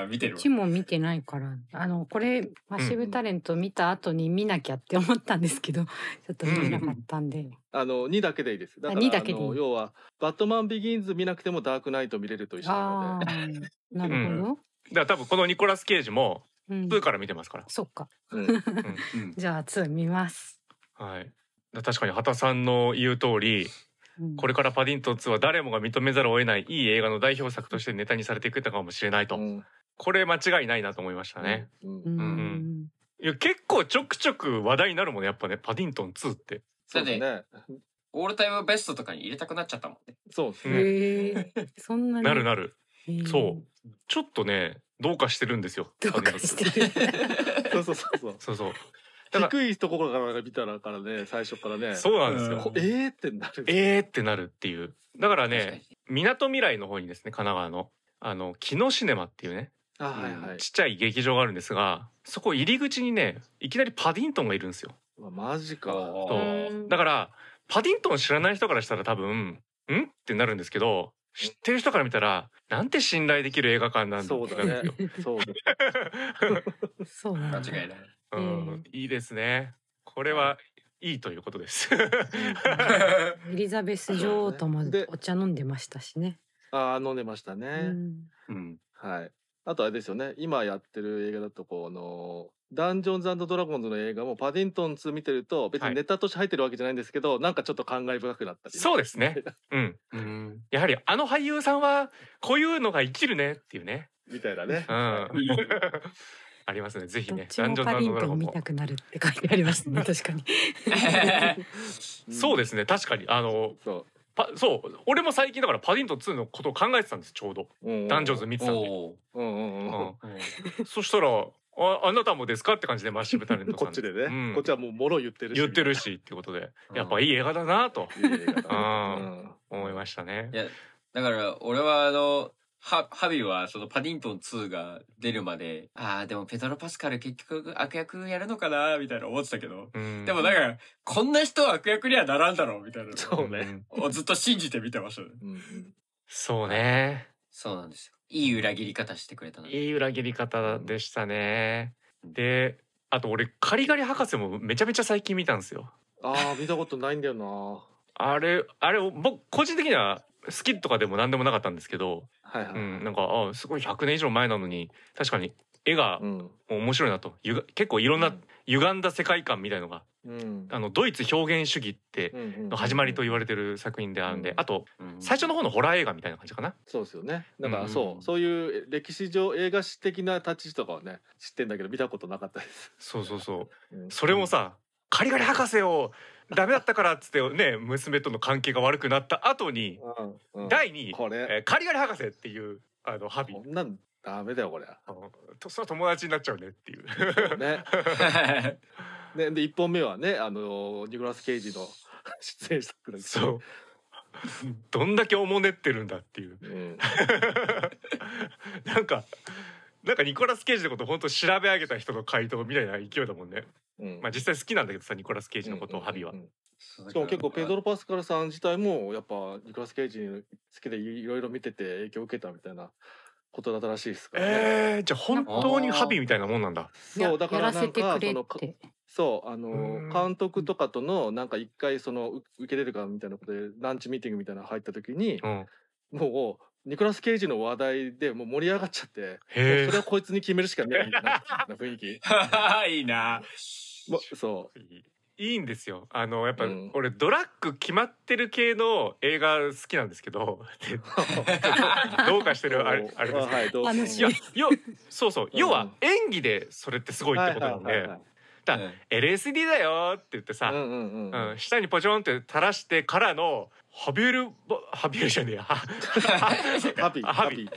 Speaker 5: ん、見てる
Speaker 2: う
Speaker 5: わ
Speaker 2: ち。も見てないから、あの、これ、マッシブタレント見た後に見なきゃって思ったんですけど、ち [LAUGHS] ょっと見れなかったんで。
Speaker 4: あの2だけでいいです。だから
Speaker 2: あ2だけでいい
Speaker 4: あの要はバットマンビギンズ見なくてもダークナイト見れると一緒
Speaker 2: あ
Speaker 4: なので、
Speaker 2: あ、なるほど。
Speaker 3: だから多分このニコラス・ケイジも
Speaker 2: うん
Speaker 3: 2から見てますから。
Speaker 2: そっか。
Speaker 4: うん
Speaker 5: うん。
Speaker 2: じゃあ、2見ます。
Speaker 3: はい。だから確かに畑さんの言う通り、
Speaker 2: うん
Speaker 3: これからパディントン2は誰もが認めざるを得ないいい映画の代表作としてネタにされていくのかもしれないと。
Speaker 4: うん
Speaker 3: これ間違いないなと思いましたね。
Speaker 4: うん
Speaker 2: うん
Speaker 3: んいや、結構ちょくちょく話題になるもんね、やっぱね、パディントン2って。
Speaker 4: そうですね。
Speaker 5: オールタイムベストとかに入れたくなっちゃったもんね。
Speaker 4: そうですね。
Speaker 2: へえ、そんなに。
Speaker 3: なるなる。
Speaker 2: へー
Speaker 3: そう。ちょっとね、どうかしてるんですよ。
Speaker 2: どうかしてる。
Speaker 4: そうそうそう
Speaker 3: [LAUGHS]
Speaker 4: そう。
Speaker 3: そうそう。だか
Speaker 4: 低いところから見たらからね、最初からね
Speaker 3: ら、、そうなんです
Speaker 5: う
Speaker 3: よ
Speaker 5: ん。
Speaker 4: こえーってなる。
Speaker 3: えーってなるっていう。だから
Speaker 5: 確か
Speaker 3: ね
Speaker 5: に、。
Speaker 3: みなとみらいの方にですね、神奈川の、あの、木のシネマっていうね、
Speaker 4: あはいはい。
Speaker 3: ちっちゃい劇場があるんですが、そこ入り口にね、いきなりパディントンがいるんですよ。
Speaker 4: うわマジか。
Speaker 5: そ
Speaker 2: うん
Speaker 3: だから、パディントン知らない人からしたら多分、んってなるんですけど、知ってる人から見たら、なんて信頼できる映画館なんだ
Speaker 4: そうだね。そう。
Speaker 2: そうなんだ。
Speaker 5: 間違いない。
Speaker 3: [LAUGHS] うん、いいですね。これはいいということです。
Speaker 2: エリザベス女王とも
Speaker 4: で
Speaker 2: お茶飲んでましたしね。
Speaker 4: あー飲んでましたね。
Speaker 2: うん
Speaker 5: うん。
Speaker 4: はい。あとあれですよね。今やってる映画だと、こう、あのーダンジョンズドラゴンズの映画も、パディントン2見てると、別
Speaker 3: は
Speaker 4: に
Speaker 3: い
Speaker 4: ネタとして入ってるわけじゃないんですけど、なんかちょっと感慨深くなったり。
Speaker 3: そうですね。うん。
Speaker 5: [LAUGHS] うん。
Speaker 3: やはりあの俳優さんはこういうのが生きるねっていうね。
Speaker 4: みたいな
Speaker 3: [LAUGHS]
Speaker 4: ね。
Speaker 3: う。ん。ありますね。ぜひ
Speaker 2: どっ
Speaker 3: ね。
Speaker 2: ちもパディントン見たくなるって書いてありますね。確かに。
Speaker 3: そうですすね。確かにあの
Speaker 4: そ
Speaker 3: パそう俺も最近だからパディントン2のことを考えてたんですちょうど。
Speaker 4: う。うんうん
Speaker 3: ダンジョンズ。見てたんで。
Speaker 5: [LAUGHS] おー
Speaker 4: うんうんうん。
Speaker 3: うん。そしたらああなたもですかって感じでマッシブタレントさん
Speaker 4: [LAUGHS] こっちでね、
Speaker 3: うん
Speaker 4: こっちはもうもろ言ってるし。
Speaker 3: 言ってるしっていうことでやっぱいい映画だなと
Speaker 4: いい映画だね。
Speaker 3: 思いましたね
Speaker 5: い。や、だから俺はあの、ハハビはそのパディントン2が出るまで、ああ、でもペトロパスカル結局悪役やるのかなみたいな思ってたけど、
Speaker 3: うん
Speaker 5: でもなんか、こんな人は悪役にはならんだろうみたいな
Speaker 3: そうね。
Speaker 5: のをずっと信じて見てましたね。
Speaker 4: うんうん
Speaker 3: そうね。
Speaker 5: そうなんですよ。いい裏切り方してくれたな。
Speaker 3: いい裏切り方でしたね。で、あと俺カリガリ博士もめちゃめちゃ最近見たんですよ。
Speaker 4: ああ見たことないんだよな。
Speaker 3: あれあれ僕個人的には好きとかでも何でもなかったんですけど、
Speaker 4: はいは
Speaker 3: う
Speaker 4: い。
Speaker 3: ん、なんかあすごい100年以上前なのに確かに絵が
Speaker 4: うん
Speaker 3: 面白いなと、ゆが結構いろんな歪んだ世界観みたいのが
Speaker 4: うん
Speaker 3: あのドイツ表現主義って
Speaker 4: うんうん
Speaker 3: の始まりと言われてる作品であるんで、
Speaker 4: うん
Speaker 3: あと
Speaker 5: うん
Speaker 3: 最初の方のホラー映画みたいな感じかな。
Speaker 4: そうですよね。だか
Speaker 3: うん
Speaker 4: らそうそういう歴史上映画史的な立ち位置とかはね知ってんだけど見たことなかったです。 [LAUGHS]
Speaker 3: そうそうそう。
Speaker 4: うん
Speaker 3: それもさ、カリガリ博士をダメだったからっつってね、娘との関係が悪くなった後に、
Speaker 4: うんうん
Speaker 3: 第2位、
Speaker 4: これ
Speaker 3: えーカリガリ博士っていう、あの、ハビ
Speaker 4: こ。んなんダメだよこれ。
Speaker 3: あのとその友達になっちゃうねっていう。
Speaker 4: ね。ねで一本目はねあのニコラス・ケイジの [LAUGHS] 出演したくる
Speaker 3: そう。どんだけおもねってるんだっていう。 [LAUGHS]
Speaker 4: う。うん。
Speaker 3: なんか、なんかニコラス・ケイジのこと本当調べ上げた人の回答みたいな勢いだもんね。
Speaker 4: うん
Speaker 3: まあ実際好きなんだけどさ、ニコラス・ケイ
Speaker 4: ケ
Speaker 3: ジのことをハビは。
Speaker 4: [LAUGHS] しかも結構ペドロ・パスカルさん自体もやっぱニコラス・ケイジ好きでいろいろ見てて影響を受けたみたいなことだったらしいですからね。
Speaker 3: えー、じゃあ本当にハビみたいなもんなんだ。
Speaker 4: そうだからなん
Speaker 2: やらせ
Speaker 4: か
Speaker 2: て
Speaker 4: そ
Speaker 2: く
Speaker 4: の
Speaker 2: れって。
Speaker 4: そうあ
Speaker 3: うん
Speaker 4: の監督とかとのなんか一回そのう受けれるかみたいなことでランチミーティングみたいなの入った時に
Speaker 3: うん。
Speaker 4: もうニコラス・ケイジの話題でもう盛り上がっちゃってもう
Speaker 3: へ
Speaker 4: それはこいつに決めるしかねえみたいなな雰囲
Speaker 3: [LAUGHS]
Speaker 4: 気。
Speaker 5: [LAUGHS] いいな。
Speaker 4: もうそ
Speaker 3: いいんですよ。あの、やっぱ、
Speaker 4: うん
Speaker 3: 俺、ドラッグ決まってる系の映画好きなんですけど、
Speaker 4: [LAUGHS]
Speaker 3: でどうかして
Speaker 4: う。
Speaker 3: るあれ、あれですけど。
Speaker 4: はいどう
Speaker 2: あの
Speaker 4: ぞ
Speaker 3: いや、よ、そうそう、
Speaker 4: うん
Speaker 3: 要は演技でそれってすごいってことなん
Speaker 4: はいはい
Speaker 3: で
Speaker 4: はい、はい
Speaker 3: だ LSD だよって言って
Speaker 4: う
Speaker 3: さ、
Speaker 4: んうんうん
Speaker 3: う
Speaker 4: うん
Speaker 3: ん、下にポチョンって垂らしてからの、ハビエル、ボハビエルじゃ
Speaker 4: [LAUGHS]
Speaker 3: ねえや、は
Speaker 4: ハビ
Speaker 3: あ
Speaker 4: ハビ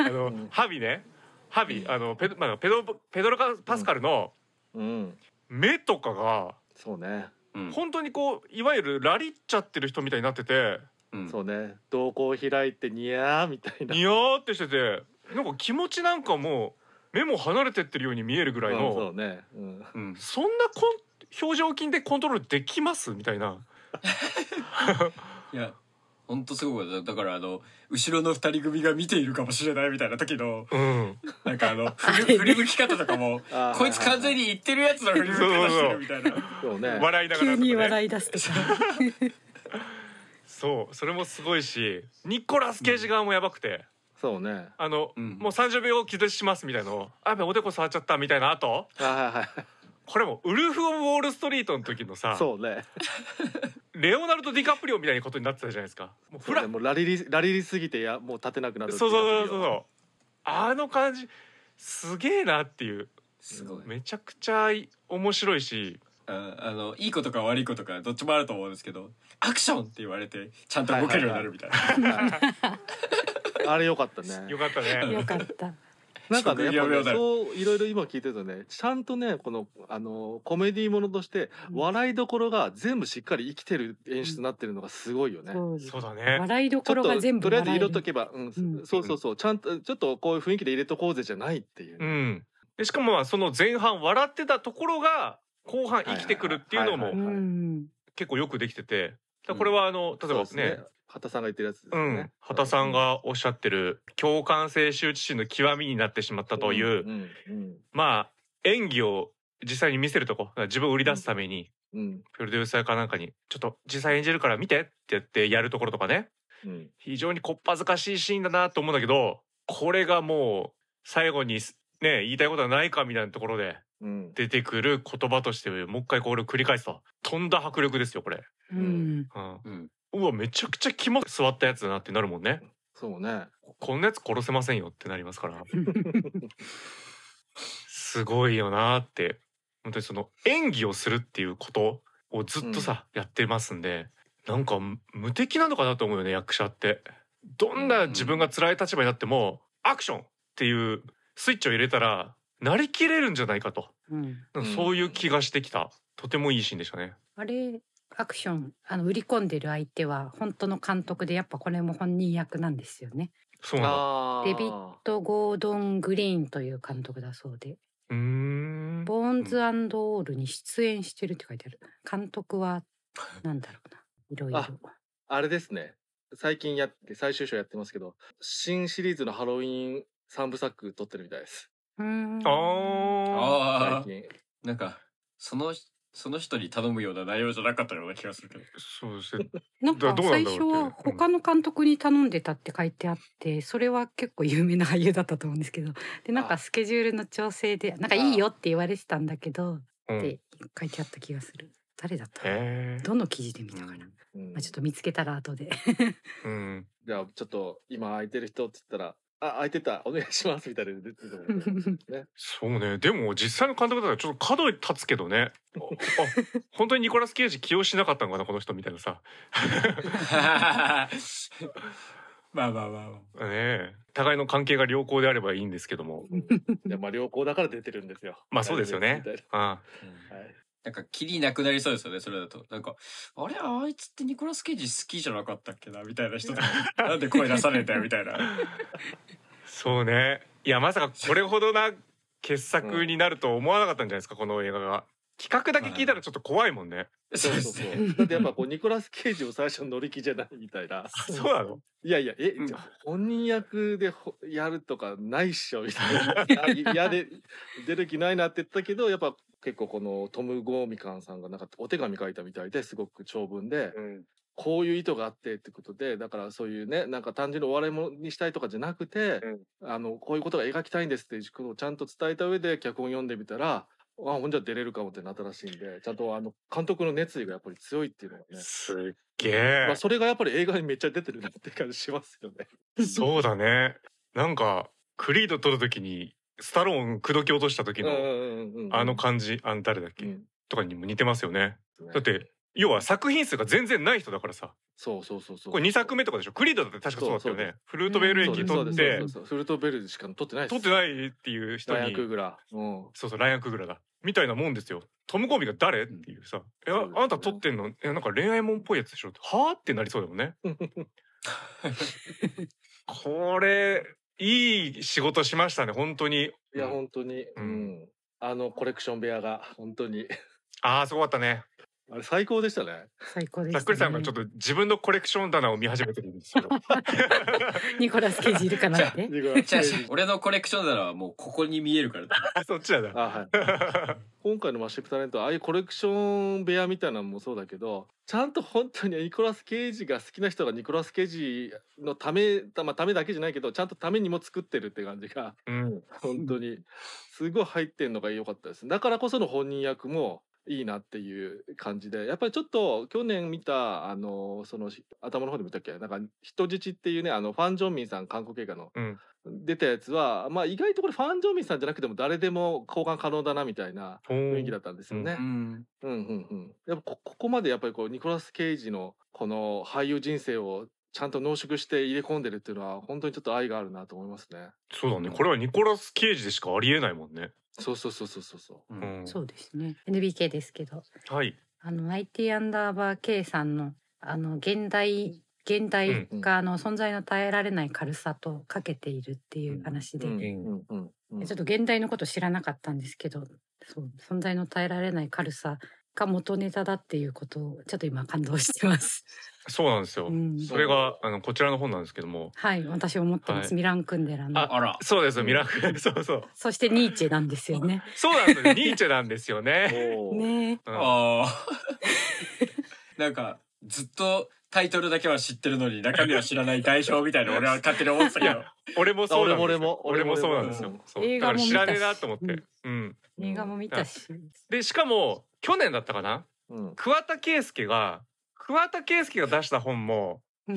Speaker 3: あの、
Speaker 4: うん
Speaker 3: ハビね、ハビ、あの、ペド、まあ、ペド、ペドロカパスカルの
Speaker 4: うん
Speaker 3: 目とかが、
Speaker 4: そうね
Speaker 5: うん
Speaker 3: 本当にこういわゆるラリっちゃってる人みたいになってて
Speaker 5: うん
Speaker 4: そうね瞳孔開いてニヤーみたいな
Speaker 3: ニヤーってしててなんか気持ちなんかもう目も離れてってるように見えるぐらい
Speaker 4: うんそ
Speaker 3: の
Speaker 4: うねうん
Speaker 5: うん
Speaker 3: そんなこん表情筋でコントロールできますみたいな。
Speaker 5: いや、ほんとすごいことだ。だからあの、後ろの二人組が見ているかもしれないみたいな時の、
Speaker 3: うん、
Speaker 5: なんかあの、振り振り向き方とかも、
Speaker 4: あー
Speaker 5: こいつ完全に言ってるやつの振り向き方してるみたいな。
Speaker 4: [LAUGHS] そうね
Speaker 3: [LAUGHS] 笑いながら
Speaker 2: 急
Speaker 3: とか
Speaker 2: に
Speaker 3: ね
Speaker 2: 笑い出すとか。
Speaker 3: そうそれもすごいしニコラス・ケイジ側もやばくて、
Speaker 4: そうね
Speaker 3: あの、
Speaker 5: うん
Speaker 3: もう30秒気絶しますみたいのをあやべおでこ触っちゃったみたいなあと
Speaker 4: はいはいはい
Speaker 3: これもウルフ・オブ・ウォール・ストリートの時のさ
Speaker 4: そうね
Speaker 3: レオナルド・ディカプリオみたいなことになってたじゃないですか。もうフラ
Speaker 4: もうラリリラリリすぎてやもう立てなくなる
Speaker 3: そうそうそうそう
Speaker 4: う
Speaker 3: そうあの感じすげえなっていう
Speaker 5: すごい。
Speaker 3: めちゃくちゃ面白いし
Speaker 5: ああの、いいことか悪いことかどっちもあると思うんですけど、アクションって言われて、ちゃんと動けるようになるみたいな。
Speaker 4: あれ良かったね
Speaker 3: よかった [LAUGHS] ね
Speaker 2: よかった。
Speaker 4: なんかねや
Speaker 5: 職業
Speaker 4: っぱ
Speaker 5: 病
Speaker 4: ね
Speaker 5: だよ
Speaker 4: そういろいろ今聞いてるとねちゃんとねこのあのコメディーものとして
Speaker 2: うん
Speaker 4: 笑いどころが全部しっかり生きてる演出になってるのがすごいよね、
Speaker 2: そうです
Speaker 3: そうだね
Speaker 2: 笑いど
Speaker 4: ちょ
Speaker 2: こ
Speaker 4: っと
Speaker 2: ろが全部
Speaker 4: とりあえず
Speaker 2: 笑え
Speaker 4: 入
Speaker 2: る
Speaker 4: れとけば、うん
Speaker 2: うん
Speaker 4: そうそうそうちゃんとちょっとこういう雰囲気で入れとこうぜじゃないっていう
Speaker 3: う
Speaker 4: ね、
Speaker 3: んでしかもまあその前半笑ってたところが後半生きてくるっていうの
Speaker 4: はい
Speaker 3: も
Speaker 4: は
Speaker 2: うん。
Speaker 3: 結構よくできててだからこれはあの例えば
Speaker 4: そうです
Speaker 3: ね
Speaker 4: 畑さんが言ってるやつです
Speaker 3: う
Speaker 4: よ
Speaker 3: ん
Speaker 4: ね、
Speaker 3: 畑さんがおっしゃってる共感性羞恥心の極みになってしまったという、
Speaker 4: うんうん
Speaker 3: まあ演技を実際に見せるとこ自分を売り出すために
Speaker 4: うん
Speaker 3: プロデューサーかなんかにちょっと実際演じるから見てって言ってやるところとかね
Speaker 4: うん
Speaker 3: 非常にこっぱずかしいシーンだなと思うんだけどこれがもう最後にすね言いたいことはないかみたいなところで
Speaker 4: うん
Speaker 3: 出てくる言葉としてもう一回これを繰り返すと飛んだ迫力ですよこれ、
Speaker 2: う
Speaker 4: うんん。
Speaker 3: うん、
Speaker 5: うん。
Speaker 3: うわめちゃくちゃ肝座ったやつだなってなるもんね
Speaker 4: そうね
Speaker 3: こんなやつ殺せませんよってなりますからすごいよなって本当にその演技をするっていうことをずっとさ、やってますんでなんかむ無敵なのかなと思うよね役者ってどんな自分が辛い立場になっても、アクションっていうスイッチを入れたらなりきれるんじゃないかと
Speaker 2: うん
Speaker 3: なんか
Speaker 4: うん
Speaker 3: そういう気がしてきた、とてもいいシーンでしたね
Speaker 2: あれアクションあの売り込んでる相手は本当の監督でやっぱこれも本人役なんですよね。
Speaker 3: そうなんだ。
Speaker 4: あ
Speaker 2: デビッド・ゴードン・グリーンという監督だそうで
Speaker 3: うーん。
Speaker 2: ボーンズオールに出演してるって書いてある監督はなんだろうないろいろ
Speaker 4: ああれですね。最近やって、最終章やってますけど、新シリーズのハロウィン三部作撮ってるみたいです。
Speaker 2: うーん
Speaker 3: ああ。
Speaker 5: あ
Speaker 4: 最
Speaker 5: あ、
Speaker 4: 近。
Speaker 5: なんか、その、その人に頼むような内容じゃなかったような気がするけど。
Speaker 3: そうですね。
Speaker 2: なんか
Speaker 3: だどうなん
Speaker 2: 最
Speaker 3: だろうっ
Speaker 2: 初
Speaker 3: て
Speaker 2: は他の監督に頼んでたって書いてあってそれは結構有名な俳優だったと思うんですけどでなんか
Speaker 4: あ
Speaker 2: スケジュールの調整でなんかいいよって言われてたんだけど
Speaker 3: うんへ
Speaker 2: って書いてあった気がする誰だったかな
Speaker 3: え。
Speaker 2: どの記事で見たかな、ま
Speaker 4: うん
Speaker 2: あ、ちょっと見つけたら後で
Speaker 3: うん。
Speaker 4: じゃあ、ちょっと今空いてる人って言ったら、あ、空いてた、お願いしますみたいなの出てると思うんで。
Speaker 3: [LAUGHS] そうね。でも実際の監督だったらちょっと角に立つけど
Speaker 4: [LAUGHS]
Speaker 3: ね。ああ本当にニコラス・ケイジ起用しなかったのかなこの人みたいなさ。
Speaker 5: [LAUGHS] まあまあまあまあ。
Speaker 3: ねえ互いの関係が良好であればいいんですけども。
Speaker 4: いやまあ良好だから出てるんですよ。
Speaker 3: まあそうですよね
Speaker 4: みたい
Speaker 3: あ
Speaker 4: な
Speaker 3: [LAUGHS]
Speaker 4: はい
Speaker 5: なんか、キリなくなりそうですよね、それだと。なんか、あれ、あいつってニコラス・ケイジ好きじゃなかったっけな、みたいな [LAUGHS] 人とか、なんで声出さねえんだよ、みたいな。
Speaker 3: そうね。いやまさかこれほどな傑作になると思わなかったんじゃないですかこの映画が。企画だけ聞いたらちょっと怖いもんね。
Speaker 4: そうそうそ
Speaker 5: ね
Speaker 4: う。だってやっぱこうニコラス・ケイジを最初乗り気じゃないみたいな。
Speaker 3: あそうなの
Speaker 4: いやいや、え
Speaker 5: う、ん
Speaker 4: じゃあ本人役でほやるとかないっしょみたいな。いやで、出る気ないなって言ったけど、やっぱ結構このトム・ゴーミカンさんがなんかお手紙書いたみたいですごく長文で、こういう意図があってってことで、だからそういうね、なんか単純にお笑いもにしたいとかじゃなくて、あの、こういうことが描きたいんですっていうことをちゃんと伝えた上で脚本読んでみたら、あ、ほんじゃ出れるかもってなったらしいんで、ちゃんとあの、監督の熱意がやっぱり強いっていうのがね。
Speaker 3: すっげえ
Speaker 4: まあ、。それがやっぱり映画にめっちゃ出てるなって感じしますよね。
Speaker 3: そうだね。なんか、クリード撮るときに、スタローン口説き落とした時
Speaker 4: うん
Speaker 3: の、
Speaker 4: うんうんうん
Speaker 3: あの感じ、あの誰だっけ、
Speaker 4: うん
Speaker 3: とかにも似てますよね。だっ
Speaker 4: ね
Speaker 3: て、要は作品数が全然ない人だからさ。
Speaker 4: そうそうそうそう。
Speaker 3: これ2作目とかでしょクリードだって確かそうだったよ
Speaker 4: そう
Speaker 3: ね。フルートベル
Speaker 4: そう
Speaker 3: 駅
Speaker 4: です
Speaker 3: 撮って
Speaker 4: そうですそうで、すそうですフルートベルしか撮ってない
Speaker 3: 撮って
Speaker 4: い
Speaker 3: ないっていう人
Speaker 4: ライアン
Speaker 3: に
Speaker 4: ク、ーグラーうん。
Speaker 3: そうそう、ライアンクグラだ。みたいなもんですよ。トム・コービが誰っていうさ、え
Speaker 4: そう
Speaker 3: あ
Speaker 4: ですね
Speaker 3: あなた撮ってんのえなんか恋愛もんっぽいやつでしょはぁってなりそうだもん
Speaker 4: [LAUGHS]
Speaker 3: ね。これ、いい仕事しましたね、本当に。
Speaker 4: いや、
Speaker 3: うん
Speaker 4: 本当に。
Speaker 3: う
Speaker 4: うんん。あのコレクション部屋が、本当に。 [LAUGHS]
Speaker 3: ああ、すごかったね。
Speaker 4: あれ最高でしたね。
Speaker 2: [LAUGHS] 最高でし
Speaker 3: ざ
Speaker 2: た、ね、
Speaker 3: っくりさんがちょっと自分のコレクション棚を見始めてるんですけ
Speaker 4: [LAUGHS]
Speaker 3: ど。
Speaker 2: ニコラス・ケイジいるかな
Speaker 3: [LAUGHS]
Speaker 2: って
Speaker 4: ニコラス
Speaker 5: じ
Speaker 4: ケ
Speaker 5: ゃあ
Speaker 4: イジ
Speaker 5: 俺のコレクションならもうここに見えるから。
Speaker 3: そっちだな。
Speaker 4: あはい。
Speaker 3: [LAUGHS]
Speaker 4: 今回のマッシュプタレントはああいうコレクション部屋みたいなのもそうだけどちゃんと本当にニコラス・ケイジが好きな人がニコラス・ケイジのためた,、まあ、ためだけじゃないけどちゃんとためにも作ってるって感じが [LAUGHS]
Speaker 3: うん。
Speaker 4: 本当にすごい入ってんのが良かったですだからこその本人役もいいなっていう感じでやっぱりちょっと去年見たあのその頭の方でも言ったっけなんか人質っていうねあのファン・ジョンミンさん韓国映画の
Speaker 3: うん。
Speaker 4: 出たやつは、まあ、意外とこれファン・ジョンミンさんじゃなくても誰でも交換可能だなみたいな
Speaker 3: ほー
Speaker 4: 雰囲気だったんですよね。
Speaker 5: ん。
Speaker 4: うんうんうん。やっぱこここまでやっぱりこうニコラス・ケイジのこの俳優人生をちゃんと濃縮して入れ込んでるっていうのは本当にちょっと愛があるなと思いますね。
Speaker 3: そうだね。これはニコラス・ケイジでしかありえないもんね。
Speaker 4: そうそうそうそうそうそう
Speaker 3: うんん。
Speaker 2: そうですね NBK ですけど
Speaker 3: はい。
Speaker 2: あの IT アンダーバー K さんのあの現代現代があの存在の耐えられない軽さとかけているっていう話
Speaker 4: う。
Speaker 2: で、
Speaker 4: うん
Speaker 3: ん
Speaker 4: うんうん。
Speaker 2: ちょっと現代のこと知らなかったんですけどそう存在の耐えられない軽さが元ネタだっていうことをちょっと今感動してます。
Speaker 3: そうなんですよ。
Speaker 2: うん、
Speaker 3: それが、あの、こちらの本なんですけども。
Speaker 2: はい私思ってます、
Speaker 3: はい
Speaker 2: ミラン・クンデラの
Speaker 5: あら。
Speaker 3: そうです、ミラクル。 [LAUGHS] そうそう。
Speaker 2: そしてニーチェなんですよね。
Speaker 3: そうなんですよ。ニーチェなんですよ [LAUGHS] ね。
Speaker 4: [LAUGHS] おー
Speaker 2: ね
Speaker 3: うん
Speaker 5: ああ。なんか、ずっとタイトルだけは知ってるのに、中身は知らない代表みたいな俺は勝手に思ってたけど。
Speaker 3: 俺もそうなんですよ。
Speaker 4: 俺も
Speaker 3: 俺
Speaker 4: 俺も
Speaker 3: もそうなんです
Speaker 4: 俺
Speaker 3: よ
Speaker 4: も。
Speaker 3: そう
Speaker 2: 映
Speaker 3: だ
Speaker 2: 画
Speaker 3: から
Speaker 2: も見たし
Speaker 3: 知らねえなと思って。うん。
Speaker 2: 映画も見たし、
Speaker 3: で、しかも、去年だったかな
Speaker 4: うんうん
Speaker 3: 桑田佳祐が、桑田佳祐が出した本も、
Speaker 2: うん、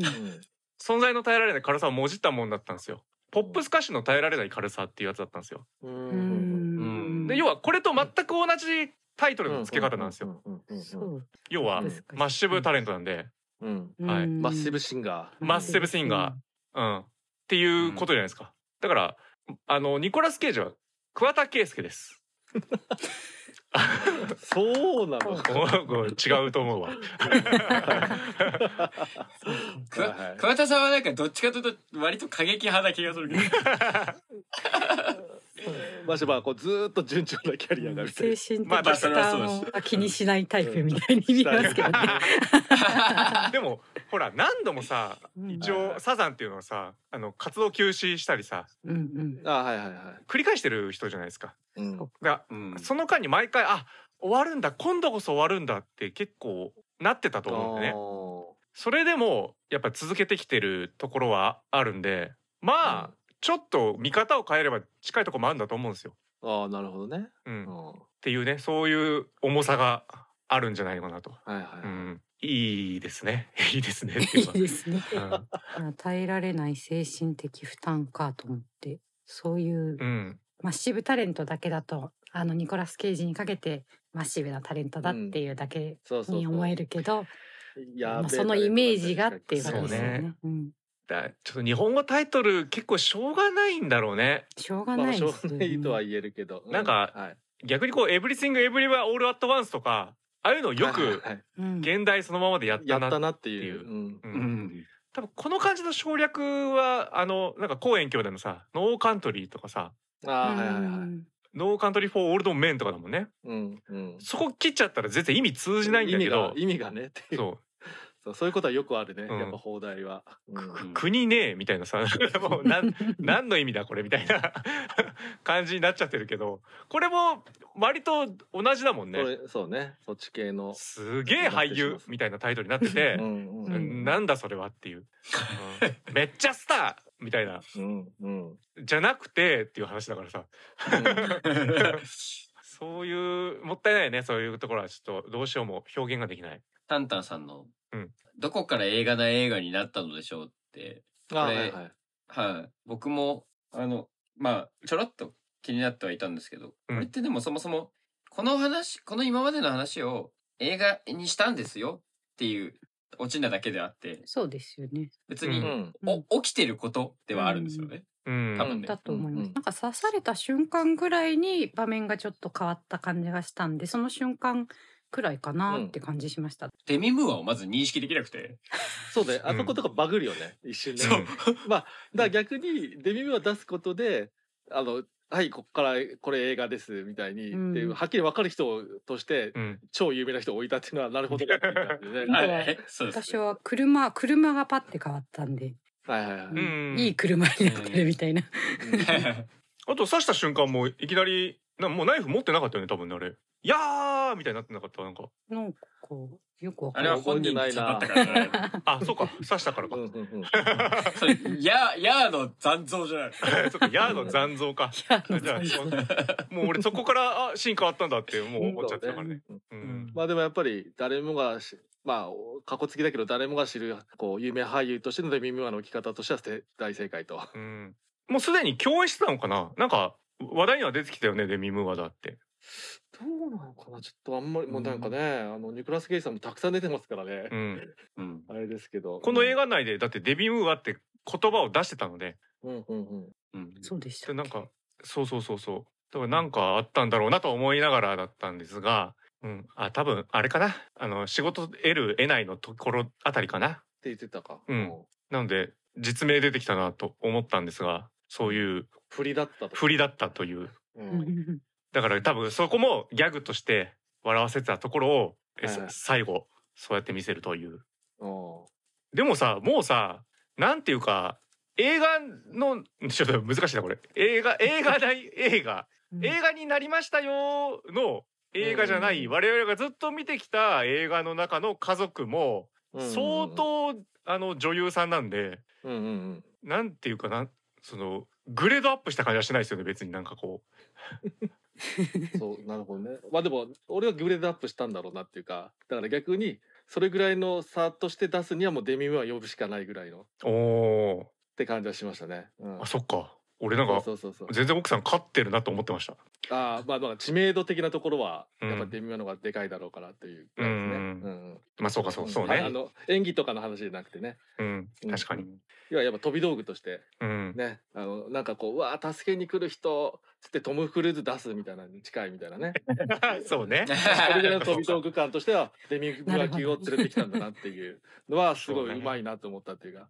Speaker 3: 存在の耐えられない軽さをもじったもんだったんですよ。ポップス歌手の耐えられない軽さっていうやつだったんですよ。
Speaker 4: う
Speaker 2: うん
Speaker 4: うん
Speaker 2: ん
Speaker 3: で要はこれと全く同じタイトルの付け方なんですよ。
Speaker 4: よ。うんうん
Speaker 2: そ
Speaker 4: うん
Speaker 2: う、
Speaker 3: 要は
Speaker 4: うん
Speaker 3: マッシブタレントなんで、
Speaker 4: うん。
Speaker 3: はい
Speaker 2: うん
Speaker 4: マッシブシンガー。
Speaker 3: マッシブシンガーうん、っていうことじゃないですか。だからあのニコラス・ケイジは桑田佳祐です。
Speaker 4: そうなの。
Speaker 3: この子 [LAUGHS] 違うと思うわ。
Speaker 5: くわ
Speaker 4: はいはい
Speaker 5: 桑田さんはなんかどっちかというと割と過激派な気がするけど
Speaker 4: マシバはこうずーっと順調なキャリアがみたいな。
Speaker 2: 精神
Speaker 3: まあまあ
Speaker 2: 的負
Speaker 5: それはそう
Speaker 2: 担
Speaker 5: です
Speaker 2: を気にしないタイプみたいに見えますけどね。
Speaker 3: でもほら何度もさ一応サザンっていうのはさあの活動休止したりさ
Speaker 2: うんうん。
Speaker 4: あはいはいはい。
Speaker 3: 繰り返してる人じゃないですか。
Speaker 4: うん
Speaker 2: そ
Speaker 3: だか
Speaker 5: うん
Speaker 3: らその間に毎回あ終わるんだ今度こそ終わるんだって結構なってたと思うんでね。それでもやっぱ続けてきてるところはあるんでまあ、ちょっと見方を変えれば近いところもあるんだと思うんですよ。
Speaker 4: あーあーなるほどね。
Speaker 3: うんっ
Speaker 4: うんは
Speaker 3: ていうねそういう重さがあるんじゃないかなと。
Speaker 4: いはいうは
Speaker 3: ん、いいですね [LAUGHS] いいですねって
Speaker 2: い
Speaker 3: いう
Speaker 2: い
Speaker 3: か
Speaker 2: ですね。
Speaker 3: [LAUGHS] うん
Speaker 2: まあ耐えられない精神的負担かと思って、そういう
Speaker 3: うん
Speaker 2: マッシブタレントだけだと、あのニコラス・ケイジにかけてマッシブなタレントだっていうだけ
Speaker 4: い。そうそうそう。
Speaker 2: に思えるけど、
Speaker 4: やべえ
Speaker 2: まあ、そのイメージがっていうこ
Speaker 3: そ
Speaker 2: と
Speaker 3: う
Speaker 2: ですよ
Speaker 3: ね
Speaker 2: ね。うん、
Speaker 3: だちょっと日本語タイトル結構しょうがないんだろうね
Speaker 2: しょうが
Speaker 4: ま
Speaker 2: な
Speaker 4: あ
Speaker 2: い
Speaker 4: しょ
Speaker 2: で
Speaker 4: う
Speaker 2: すよ
Speaker 4: が
Speaker 2: ね。
Speaker 4: ないとは言えるけど。う
Speaker 3: なんか
Speaker 4: はい
Speaker 3: 逆にこう「エブリ n ングエブリ e オールアットワンスとかああいうのをよ
Speaker 4: はいはい
Speaker 3: く
Speaker 4: はい
Speaker 2: うん
Speaker 3: 現代そのままでやっ
Speaker 4: や
Speaker 3: たな
Speaker 4: ったなっていう。
Speaker 3: って
Speaker 4: うん
Speaker 3: う
Speaker 5: うんん
Speaker 3: 多分この感じの省略はあのなんか高円兄弟のさ「ノーカントリー」とかさ
Speaker 4: ああはいはいはい。
Speaker 3: 「ノーカントリー・フォー・オールド・メン」とかだもんね
Speaker 4: うんうん。
Speaker 3: そこ切っちゃったら全然意味通じないんだけど
Speaker 4: 意味が意味がねっていう
Speaker 3: そ
Speaker 4: そうそういうことはよくあるね、
Speaker 3: うん
Speaker 4: やっぱ放題は、うん
Speaker 5: う
Speaker 3: うん国ねえみたいなさもうなん何の意味だこれみたいな [LAUGHS] 感じになっちゃってるけどこれも割と同じだもん
Speaker 4: そ
Speaker 3: ね
Speaker 4: れそうねそっち系の、
Speaker 3: すげえ俳優みたいなタイトルになってて
Speaker 4: う、んう
Speaker 2: うんん
Speaker 3: なんだそれはっていう、うんめっちゃスターみたいな
Speaker 4: うんうん [LAUGHS]
Speaker 3: じゃなくてっていう話だからさそういうもったいないねそういうところはちょっとどうしようも表現ができない。
Speaker 5: タンタンさんの、
Speaker 3: うん
Speaker 5: どこから映画な映画になったのでしょうって、
Speaker 4: あはいはい
Speaker 5: はい、僕も、あの、まあ、ちょろっと気になってはいたんですけど、
Speaker 3: うん
Speaker 5: これってでもそもそも、この話、この今までの話を映画にしたんですよっていうオチなだけであって、
Speaker 2: そうですよね。
Speaker 5: 別に、
Speaker 4: うん
Speaker 5: お起きてることではあるんですよね。
Speaker 3: うん
Speaker 5: 多分ね
Speaker 2: だと思います。
Speaker 4: うんうん
Speaker 2: なんか刺された瞬間ぐらいに場面がちょっと変わった感じがしたんで、その瞬間くらいかなって感じしました。
Speaker 5: デミムーアをまず認識できなくて。
Speaker 4: そうねあそことかバグるよね、一瞬ね
Speaker 5: そう。
Speaker 4: だから逆にデミムーア出すことであのはいここからこれ映画ですみたいに、
Speaker 2: うん
Speaker 4: っていうはっきり分かる人として
Speaker 3: うん
Speaker 4: 超有名な人を置いたっていうのはなるほどなっていう感じでね
Speaker 5: は
Speaker 2: はいい
Speaker 5: はい、そうです、
Speaker 2: 私は車、車がパッて変わったんで、
Speaker 4: はいはいはい、
Speaker 2: うん
Speaker 3: うん
Speaker 2: いい車になってるみたいな。
Speaker 3: あと刺した瞬間もいきなりなもうナイフ持ってなかったよね多分ねあれ。いやーみたいになってなかったなんか。
Speaker 2: なんかこう、よくわか
Speaker 5: あ
Speaker 2: ん
Speaker 5: れ
Speaker 2: ない。
Speaker 5: は本人に刺
Speaker 3: [LAUGHS]
Speaker 5: さったからね。
Speaker 3: あそう [LAUGHS] か刺したからか
Speaker 4: うん。うんうん
Speaker 5: それや、やーの残像じゃない。
Speaker 3: そうかヤーの残像か。
Speaker 2: いやあの
Speaker 3: じゃあ [LAUGHS] そうもう俺そこからあシーン変わったんだってもう思っちゃってたからね。うん
Speaker 4: まあでもやっぱり誰もがしまあ過去付きだけど誰もが知るこう有名俳優としてのデミムーアの置き方としては大正解と。
Speaker 3: うんもうすでに共演してたのかななんか話題には出てきたよねデミムーアだって。
Speaker 4: どうなのかなちょっとあんまりもうなんかね、あのニコラス・ケイジさんもたくさん出てますからね、
Speaker 3: うん
Speaker 5: うん。
Speaker 4: あれですけど
Speaker 3: この映、画内でだってデビムーアって言葉を出してたので
Speaker 4: うんうんうん、
Speaker 5: うん。
Speaker 2: そうでした
Speaker 3: で。なんかそうそうそうそうだからなんかあったんだろうなと思いながらだったんですが、うん、あ多分あれかなあの仕事得る得ないのところあたりかな
Speaker 4: って言ってたか、
Speaker 3: うん
Speaker 4: も
Speaker 3: なので実名出てきたなと思ったんですがそういう
Speaker 4: う振りだったと
Speaker 3: 振りだったという
Speaker 4: うん
Speaker 2: うんうん
Speaker 3: だから多分そこもギャグとして笑わせてたところを、え
Speaker 4: はいはい
Speaker 3: 最後そうやって見せるという
Speaker 4: うん
Speaker 3: でもさもうさなんていうか映画のちょっと難しいなこれ映画映画ない映画
Speaker 2: うん
Speaker 3: 映画になりましたよーの映画じゃない
Speaker 4: うん
Speaker 3: 我々がずっと見てきた映画の中の家族も
Speaker 4: うん
Speaker 3: 相当あの女優さんなんで
Speaker 4: うんうんうん
Speaker 3: なんていうかなそのグレードアップした感じはしないですよね別になんかこ
Speaker 4: そうなるほどね [LAUGHS] まあでも俺はグレードアップしたんだろうなっていうかだから逆にそれぐらいの差として出すにはもうデミムーア呼ぶしかないぐらいのっ
Speaker 3: うお
Speaker 4: て感じはしましたね、うん
Speaker 3: ーあそっか俺なんか
Speaker 4: そうそうそうそう
Speaker 3: 全然奥さん勝ってるなと思ってました
Speaker 4: あーまあまあ知名度的なところは
Speaker 3: うん
Speaker 4: やっぱデミムーアの方がでかいだろうからっていうぐらいですね、
Speaker 3: うん
Speaker 4: うんうん
Speaker 3: まあそうかそうそう
Speaker 4: ああ
Speaker 3: ね
Speaker 4: の演技とかの話じゃなくてね
Speaker 3: うん確かに
Speaker 4: 要はやっぱ飛び道具として
Speaker 3: うん
Speaker 4: ねあのなんかこううわあ助けに来る人つってトム・クルーズ出すみたいなのに近いみたいなね。
Speaker 3: [LAUGHS] そうね。
Speaker 4: オリジナル飛び道具感としてはデミグラ級を連れてきたんだなっていうのはす
Speaker 3: そ
Speaker 4: ご
Speaker 3: う
Speaker 4: い
Speaker 3: ね
Speaker 4: うまいなと思ったっていうか。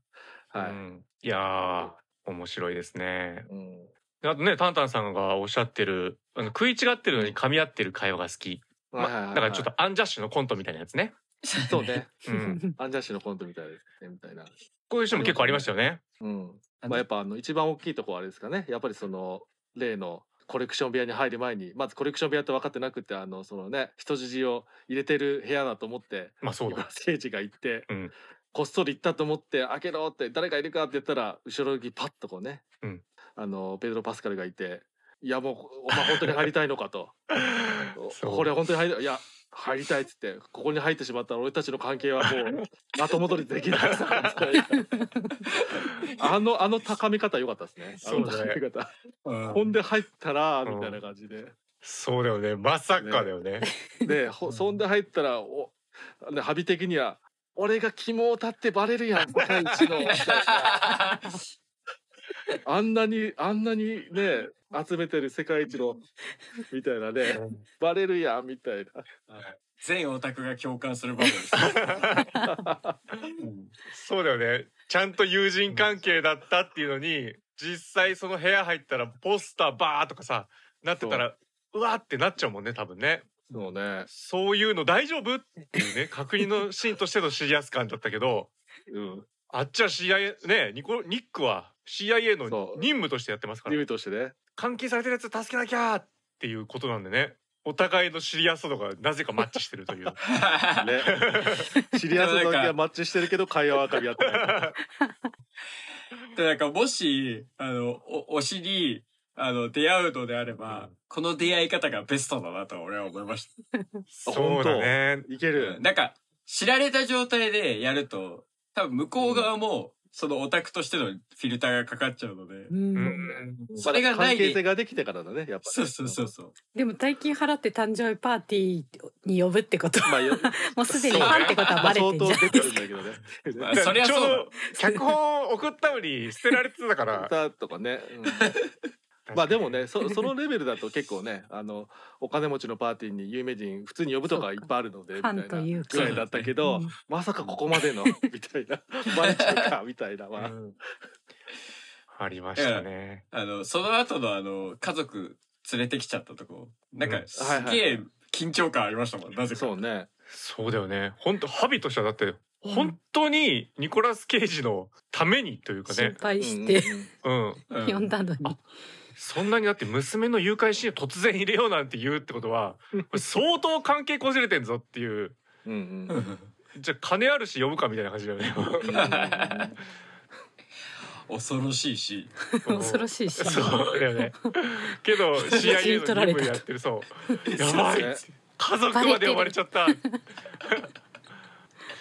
Speaker 3: う
Speaker 4: は
Speaker 3: んいやー面白いですね。
Speaker 4: い。うん。
Speaker 3: あとねタンタンさんがおっしゃってるあの食い違ってるのに噛み合ってる会話が好き。ま
Speaker 4: はいはいはいは
Speaker 3: だ
Speaker 4: い
Speaker 3: からちょっとアンジャッシュのコントみたいなやつね。
Speaker 4: そうね。
Speaker 3: うん、
Speaker 4: アンジャッシュのコントみたいですねみたいな。
Speaker 3: こういう人も結構ありましたよね。
Speaker 4: うん。
Speaker 5: あ
Speaker 4: まあやっぱあの一番大きいとこはあれですかね。やっぱりその例のコレクション部屋に入る前にまずコレクション部屋って分かってなくてあのそのね人質を入れてる部屋だと思って
Speaker 3: まあそう
Speaker 4: 今
Speaker 3: だ。
Speaker 4: 誠治が行って、
Speaker 3: うん
Speaker 4: こっそり行ったと思って開けろって誰かいるかって言ったら後ろにパッとこうね、
Speaker 3: うん
Speaker 4: あのペドロ・パスカルがいて「いやもうお前本当に入りたいのか」と「
Speaker 3: そう
Speaker 4: これ本当に入りたい」いや入りたいっつってここに入ってしまったら俺たちの関係はもう後戻りできないぞみたいなあのあの高め方良かったですねあの
Speaker 3: そう
Speaker 4: 高
Speaker 3: ね
Speaker 4: め方、
Speaker 5: うん
Speaker 4: ほんで入ったらみたいな感じで。
Speaker 3: そうだよね。まさかだよね。
Speaker 4: で、ほそんで入ったらお、ね、ハビ的には「俺が肝を立ってバレるやん世界一の」みたいなあんなにあんなにね集めてる世界一のみたいなねバレるやんみたいな
Speaker 5: 全オタクが共感する場面です。うん
Speaker 3: そうだよね。ちゃんと友人関係だったっていうのに、実際その部屋入ったらポスターバーとかさ、なってたら、うわーってなっちゃうもんね、多分ね。
Speaker 4: そうね
Speaker 3: そういうの大丈夫っていう [LAUGHS] ね、確認のシーンとしてのシリアス感だったけど、
Speaker 4: うん
Speaker 3: あっちは CIA、ね、ニコ、ニックは CIA の
Speaker 4: そう
Speaker 3: 任務としてやってますか
Speaker 4: 理
Speaker 3: ら、
Speaker 4: 由としてね
Speaker 3: 監禁されてるやつ助けなきゃーっていうことなんでね、お互いのシリアス度がなぜかマッチしてると
Speaker 4: [LAUGHS]
Speaker 3: いう。
Speaker 4: ね知り合いの時はマッチしてるけど会話はかみ合ってない
Speaker 5: でなんかもし、あの、お、推しに、あの、出会うのであれば、この出会い方がベストだなと俺は思いまし
Speaker 3: そうだね。
Speaker 4: いけ
Speaker 5: た。
Speaker 4: る
Speaker 5: なんか、知られた状態でやると、多分向こう側も、そのオタクとしてのフィルターがかかっちゃうので、
Speaker 2: うん
Speaker 3: うん。
Speaker 5: それがな
Speaker 4: 関
Speaker 5: い
Speaker 4: 係性
Speaker 5: で、
Speaker 4: ができてからだねやっぱり
Speaker 5: そうそうそうそう。
Speaker 2: でも大金払って誕生日パーティーに呼ぶってことは
Speaker 4: まあ
Speaker 2: [LAUGHS]
Speaker 4: よ
Speaker 2: もうすでにファンってことはバレてんじゃ
Speaker 4: まあ
Speaker 2: な
Speaker 4: 相
Speaker 2: い
Speaker 4: 当出て
Speaker 2: で
Speaker 4: る
Speaker 2: す
Speaker 4: ん
Speaker 2: か
Speaker 4: だけどね
Speaker 5: まあそりゃ
Speaker 3: ちょ
Speaker 5: そううだ
Speaker 3: ど脚本を送ったのに捨てられてた
Speaker 4: [LAUGHS]
Speaker 3: から。
Speaker 4: 歌とかね、うんまあでもねそそのレベルだと結構ねあのお金持ちのパーティーに有名人普通に呼ぶとかいっぱいあるのでみ
Speaker 2: フ
Speaker 4: た
Speaker 2: ァ
Speaker 4: いな
Speaker 2: ンというか
Speaker 4: ぐらいだったけど、
Speaker 2: うん
Speaker 4: まさかここまでの [LAUGHS] みたいなバレちゃうかみたいな、
Speaker 3: う
Speaker 4: まあ、
Speaker 3: んありましたね。
Speaker 5: あの、その後のあの、家族連れてきちゃったとこ、なん
Speaker 3: う
Speaker 5: か
Speaker 3: ん、
Speaker 5: す
Speaker 4: はいはい
Speaker 5: げえ緊張感ありましたもん、なぜか。
Speaker 4: そうね
Speaker 3: そうだよね。本当ハビとしてはだって
Speaker 2: うん
Speaker 3: 本当にニコラス・ケイジのためにというか
Speaker 2: 心
Speaker 3: ね。
Speaker 2: 配して
Speaker 4: うんうんうん
Speaker 3: うん。
Speaker 5: うん
Speaker 2: 呼んだのに
Speaker 3: あそんなにだって娘の誘拐シーンを突然入れようなんて言うってこと
Speaker 4: [LAUGHS]
Speaker 3: は、これ相当関係こじれてんぞっていう。
Speaker 4: うんう
Speaker 5: う
Speaker 4: ん
Speaker 5: ん
Speaker 3: じゃあ金あるし呼ぶかみたいな感じだよね。
Speaker 5: [LAUGHS] 恐ろしいし。
Speaker 2: [LAUGHS] 恐ろ
Speaker 3: しい。
Speaker 2: しいし
Speaker 3: そうだよね。けど CIA の任務やってるそう。やばい
Speaker 4: そうです
Speaker 3: 家族まで呼ばれちゃった。そ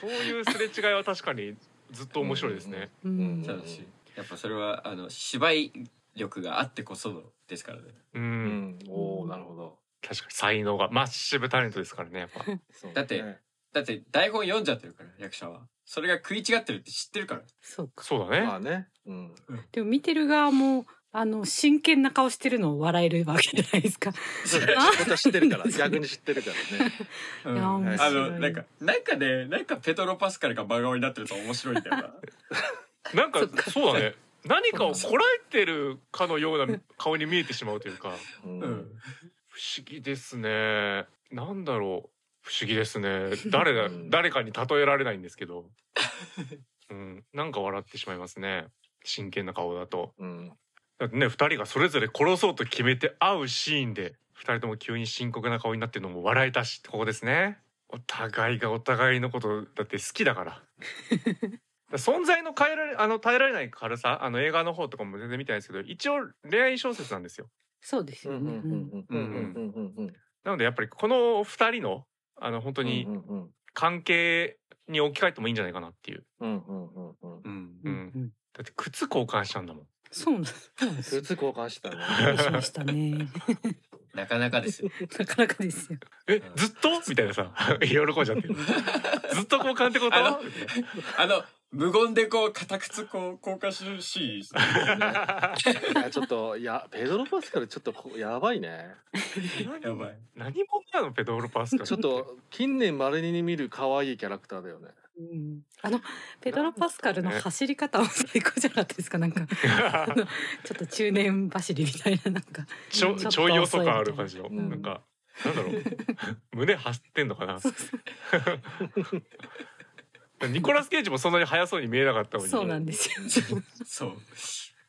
Speaker 3: ういうすれ違いは確かにずっと面白いですね。
Speaker 2: う
Speaker 4: うん
Speaker 2: ん
Speaker 5: ただし、やっぱそれは、あの、芝居力があってこそのですからね。
Speaker 3: うん、
Speaker 4: うんおおなるほど
Speaker 3: 確かに才能がマッシブタレントですからね。やっぱ
Speaker 4: そうね
Speaker 5: だってだって台本読んじゃってるから、役者は。それが食い違ってるって知っ
Speaker 4: [LAUGHS]
Speaker 5: てるから。
Speaker 2: そうか
Speaker 3: そうだね
Speaker 4: まあ。ね、うん、
Speaker 2: でも見てる側もあの真剣な顔してるのを笑えるわけじゃないですか
Speaker 4: そうね
Speaker 2: あ
Speaker 4: 私は知ってるから逆に知ってるからね
Speaker 5: うん
Speaker 2: いや面
Speaker 5: あ
Speaker 2: 白い
Speaker 5: の、なんか、なんかね、なんかペトロパスカルが真顔になってると面白いんだよな。
Speaker 3: なんか
Speaker 2: そっか
Speaker 3: そうだね。何かをこらえてるかのような顔に見えてしまうというか
Speaker 4: [LAUGHS] うん
Speaker 5: うん。
Speaker 3: 不思議ですね。なんだろう不思議です
Speaker 4: [LAUGHS]
Speaker 3: ね。誰だ
Speaker 4: うん
Speaker 3: 誰かに例えられないんですけ
Speaker 4: [LAUGHS]
Speaker 3: ど、うん、なんか笑ってしまいますね。真剣な顔だと。
Speaker 4: うん
Speaker 3: だってね2人がそれぞれ殺そうと決めて会うシーンで2人とも急に深刻な顔になってるのも笑えたしここですねお互いがお互いのことだって好き
Speaker 4: [LAUGHS]
Speaker 3: だからだから存在の変えられあの耐えられない軽さあの映画の方とかも全然見てないですけど一応恋愛小説なんですよ
Speaker 2: そうです
Speaker 4: う
Speaker 2: よ
Speaker 4: んう
Speaker 2: ね、
Speaker 4: んうんうんうんうんうん
Speaker 3: なのでやっぱりこの2人のあの本当に
Speaker 4: うんうん
Speaker 3: 関係に置き換えてもいいんじゃないかなっていう
Speaker 4: うんうんうんうん
Speaker 5: うん
Speaker 3: う
Speaker 2: うんんうん
Speaker 3: だって靴交換したんだもん
Speaker 2: そうなんそうなんです
Speaker 4: スー
Speaker 2: よ
Speaker 4: ツ交換してたね
Speaker 2: 失礼しましたね
Speaker 5: なかなかですよ。
Speaker 2: なかなかですよ
Speaker 3: え [LAUGHS]
Speaker 4: [LAUGHS]
Speaker 3: ずっとみたいなさ喜んじゃってるずっと交換ってこと
Speaker 5: あのあの、無言でこう、固くつこう、硬化するシーン。
Speaker 4: いやちょっといやペドロ・パスカルちょっとこやばいね
Speaker 5: やばい。
Speaker 3: 何者なのペドロパスカル
Speaker 4: ちょっと近年まれに見る可愛いキャラクターだよね
Speaker 2: うんあのペドロ・パスカルの走り方も最高じゃなかったですかなんかあのちょっと中年走りみたいななんか
Speaker 3: [LAUGHS] ちょ
Speaker 4: ちょっと
Speaker 3: ちょい要素感ある感じの、
Speaker 4: うん
Speaker 3: なんかなんだろう胸張ってんのかな
Speaker 2: そうそう
Speaker 3: ニコラス・ケイジもそんなに速そうに見えなかったのに
Speaker 2: そうなんですよ
Speaker 5: そう。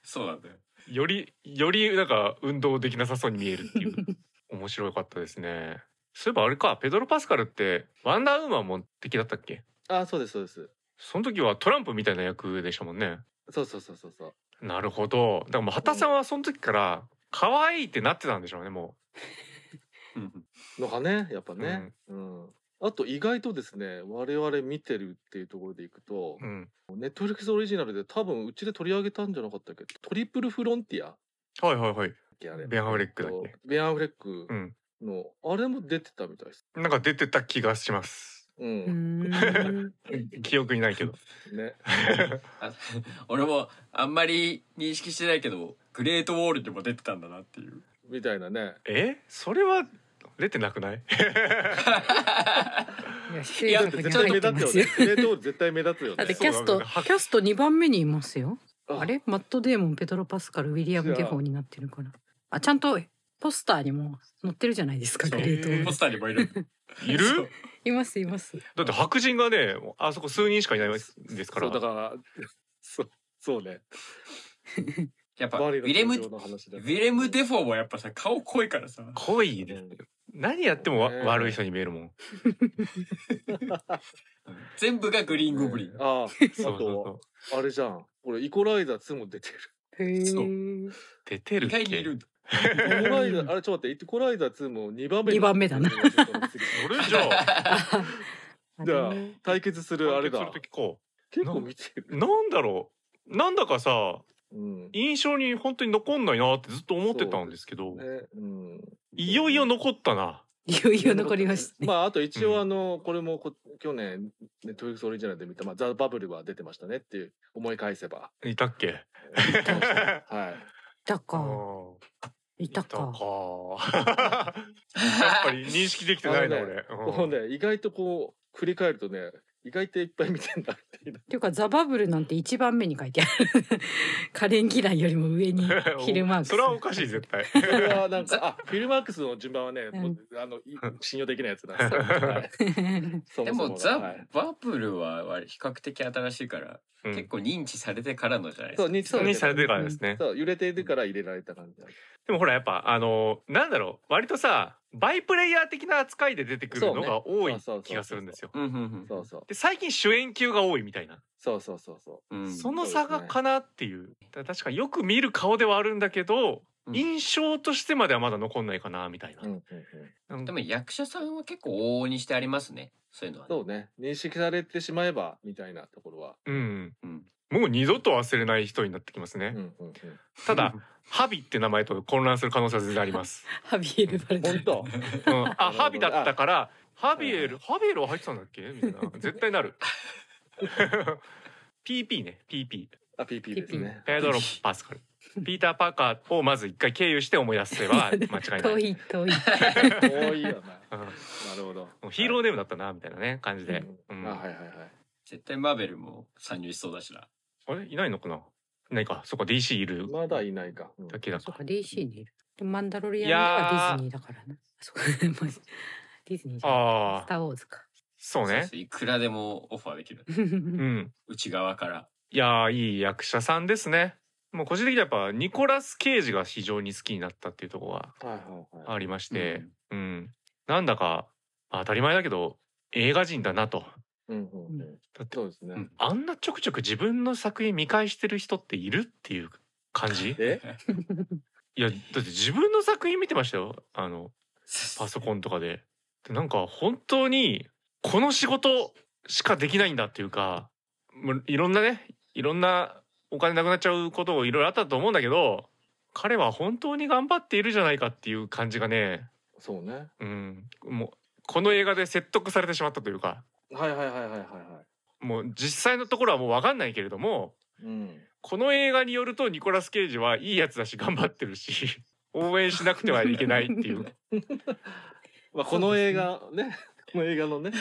Speaker 5: そうなんだよ。
Speaker 3: よりよりなんか運動できなさそうに見えるっていう [LAUGHS] 面白かったですねそういえばあれかペドロ・パスカルってワンダーウーマンも敵だったっけ
Speaker 4: あそうですそうです
Speaker 3: その時はトランプみたいな役でしたもんね
Speaker 4: そうそうそうそうそう
Speaker 3: なるほどだからもう畑さんはその時から可愛いってなってたんでしょうねも
Speaker 5: うん
Speaker 4: のがねやっぱね、うんあと意外とですね我々見てるっていうところでいくと
Speaker 3: う、う、ん、
Speaker 4: ネットフリックスオリジナルで多分うちで取り上げたんじゃなかったっけトリプルフロンティアだっ
Speaker 3: はいはいはい
Speaker 4: けあれ
Speaker 3: ベンアフレックだっけ
Speaker 4: えとベン・アフレック
Speaker 3: うん
Speaker 4: の、あれも出てたみたいです
Speaker 3: なんか出てた気がします
Speaker 2: う
Speaker 4: う
Speaker 2: ー
Speaker 4: ん、
Speaker 2: ん
Speaker 3: 記憶にないけど
Speaker 4: ね
Speaker 5: あ俺もあんまり認識してないけど、グレートウォールでも出てたんだなっていう。
Speaker 4: みたいなね
Speaker 3: [LAUGHS] えそれは出てなくない
Speaker 2: いや
Speaker 5: いや
Speaker 2: シーズン
Speaker 4: 絶
Speaker 2: 限
Speaker 4: 対
Speaker 2: ら
Speaker 4: 目
Speaker 2: れて
Speaker 4: 立
Speaker 2: ま
Speaker 4: つ
Speaker 2: すよ
Speaker 4: よねプレートール絶対目立つよ
Speaker 2: だっ
Speaker 4: ね
Speaker 2: てキャス
Speaker 3: そう
Speaker 2: ト
Speaker 3: だね
Speaker 2: キャスト2番目にいますよ
Speaker 4: あ
Speaker 2: あれマット・デーモンペトロ・パスカルウィリアム・ゲフォーになってるからあちゃんとポスターにも載ってるじゃないですかグレートウォール
Speaker 5: ポスターにもいる。
Speaker 3: い [LAUGHS] る
Speaker 2: いますいます
Speaker 3: だって白人がねあそこ数人しかいないですから
Speaker 4: そうだから [LAUGHS] そうそうね
Speaker 5: やっぱ、ウ
Speaker 4: バリの
Speaker 5: ィレム、
Speaker 4: 登
Speaker 5: ウ
Speaker 4: 場の話だ
Speaker 5: ィレム・デフォーもやっぱさ、顔濃いからさ。
Speaker 3: 濃いです何やってもわ
Speaker 4: ね
Speaker 3: 悪い人に見えるもん
Speaker 5: 全部がグリーン・ゴブリン。
Speaker 4: ああ
Speaker 3: そうそう
Speaker 4: あと
Speaker 3: そう
Speaker 4: あれじゃん俺イコライザー2も出てる
Speaker 2: へえ
Speaker 5: そう
Speaker 3: 出てる
Speaker 5: 意
Speaker 3: っけ
Speaker 5: 外にいるんだ。
Speaker 4: イコライザーあれちょっと待ってイコライザー2も2番目に
Speaker 2: 二番目だな
Speaker 3: それ
Speaker 4: [LAUGHS]
Speaker 3: じゃあ
Speaker 4: じゃあ対決するあれだ
Speaker 3: 完結する時こ
Speaker 4: 結構見て
Speaker 3: う
Speaker 4: る、
Speaker 3: なんだろうなんだかさ
Speaker 4: うん
Speaker 3: 印象に本当に残んないなってずっと思ってたんですけど
Speaker 4: ねうん、
Speaker 3: いよいよ残ったない
Speaker 2: よいよ残りましたね
Speaker 4: まああと一
Speaker 3: うん
Speaker 4: 応あの、これもこ去年ネットフリックスオリジナルで見た、まあ、ザ・バブルは出てましたねっていう思い返せば、
Speaker 3: いたっけ
Speaker 4: はい
Speaker 2: いたか
Speaker 3: ああ
Speaker 2: いたか
Speaker 4: [LAUGHS]
Speaker 3: やっぱり認識できてないな
Speaker 4: あの
Speaker 3: 俺
Speaker 4: ね
Speaker 3: うん
Speaker 2: [LAUGHS]
Speaker 4: もうね意外とこう振り返るとね意外といっぱい見てんだっていう
Speaker 2: っていうかザ・バブルなんて一番目に書いてある [LAUGHS] 家電嫌いよりも上
Speaker 3: [LAUGHS]
Speaker 2: に昼マーク
Speaker 3: それはおかしい絶対
Speaker 4: それはなん
Speaker 2: [LAUGHS]
Speaker 4: かあフィルマックスの順番はね、
Speaker 2: うん
Speaker 4: もうあのい信用できないやつなんですよはいそそが
Speaker 5: でも、ザ
Speaker 4: はい・
Speaker 5: バブルは割比較的新しいから、
Speaker 3: うん
Speaker 5: 結構認知されてからのじゃないです
Speaker 4: そう
Speaker 5: か。
Speaker 4: 認知さ
Speaker 3: に
Speaker 4: れ
Speaker 3: されてる
Speaker 4: て
Speaker 3: からですね
Speaker 4: そう揺れてるから入れられた感じだ
Speaker 3: でもほらやっぱあのなんだろう割とさバイプレイヤー的な扱いで出てくるのが多い
Speaker 4: そうね
Speaker 3: 気がするんですよ。
Speaker 5: うんうん
Speaker 4: そうそう
Speaker 3: で最近主演級が多いみたいな、
Speaker 4: そうそうそうそ
Speaker 5: うんうん。
Speaker 3: その差がかなっていうだから確かによく見る顔ではあるんだけど、
Speaker 5: うん
Speaker 3: 印象としてまではまだ残んないかなみたいな
Speaker 4: う、うんうんうん、
Speaker 3: なん
Speaker 5: で
Speaker 3: か
Speaker 5: も役者さんは結構往々にしてありますね。そういうのはね、
Speaker 4: そうね認識されてしまえばみたいなところは、
Speaker 3: うん、
Speaker 5: うん
Speaker 3: もう二度と忘れない人になってきますね、
Speaker 4: うんうんうん、
Speaker 3: ただハビって名前と混乱する可能性は全然あります、
Speaker 2: [LAUGHS]
Speaker 4: [LAUGHS]
Speaker 2: ハビエル・バルト
Speaker 4: 本当
Speaker 3: うん、あ
Speaker 4: ほど
Speaker 3: ハビだったからハビエルハビエルは入ってたんだっけみたいな絶対な
Speaker 4: [LAUGHS]
Speaker 3: る [LAUGHS] PP ね PP
Speaker 4: あ PP ですね
Speaker 3: ペドロ・パスカル。ピーター・パーカーをまず一回経由して思い出せば間違いな
Speaker 2: 遠
Speaker 3: い。
Speaker 2: い遠い
Speaker 4: 多いよな
Speaker 3: うん
Speaker 4: なるほ [LAUGHS] ど
Speaker 3: もうヒーローネームだったなみたいなね感じで、う
Speaker 4: うん
Speaker 3: ん
Speaker 4: あはいはいはい
Speaker 5: 絶対マーベルも参入しそうだしな。
Speaker 3: あれいないのかな何かそっか DC いる
Speaker 4: まだいないか、うん
Speaker 3: だけだ
Speaker 2: そう
Speaker 3: か
Speaker 2: か DC にいるでもマンダロリアン
Speaker 3: いやー
Speaker 2: はディズニーだからなそうかもうディズニーじゃん
Speaker 3: あ
Speaker 2: ス
Speaker 3: あ
Speaker 2: ター・ウォーズか
Speaker 3: そうね
Speaker 5: いくらでもオファーできる。
Speaker 2: [LAUGHS]
Speaker 3: うん
Speaker 5: 内側から。
Speaker 3: いやーいい役者さんですねもう個人的にやっぱニコラス・ケイジが非常に好きになったっていうところは
Speaker 4: はいはいはい
Speaker 3: ありまして、うんなんだかまあ当たり前だけど映画人だなと
Speaker 4: うんうんうん
Speaker 3: だって
Speaker 4: そうですね、
Speaker 5: うん
Speaker 3: あんなちょくちょく自分の作品見返してる人っているっていう感じ
Speaker 4: え
Speaker 3: いやだって自分の作品見てましたよあのパソコンとかで。でなんか本当にこの仕事しかできないんだっていうかもういろんなねいろんなお金なくなっちゃうこともいろいろあったと思うんだけど彼は本当に頑張っているじゃないかっていう感じがね、
Speaker 4: そうね
Speaker 3: うん、もうこの映画で説得されてしまったというか
Speaker 4: はいはいはいはいはいはい
Speaker 3: もう実際のところはもう分かんないけれども
Speaker 4: うん。
Speaker 3: この映画によるとニコラス・ケイジはいいやつだし頑張ってるし [LAUGHS] 応援しなくてはいけないっていう、うん
Speaker 4: まあこの映画ね、 [LAUGHS] この映画のね、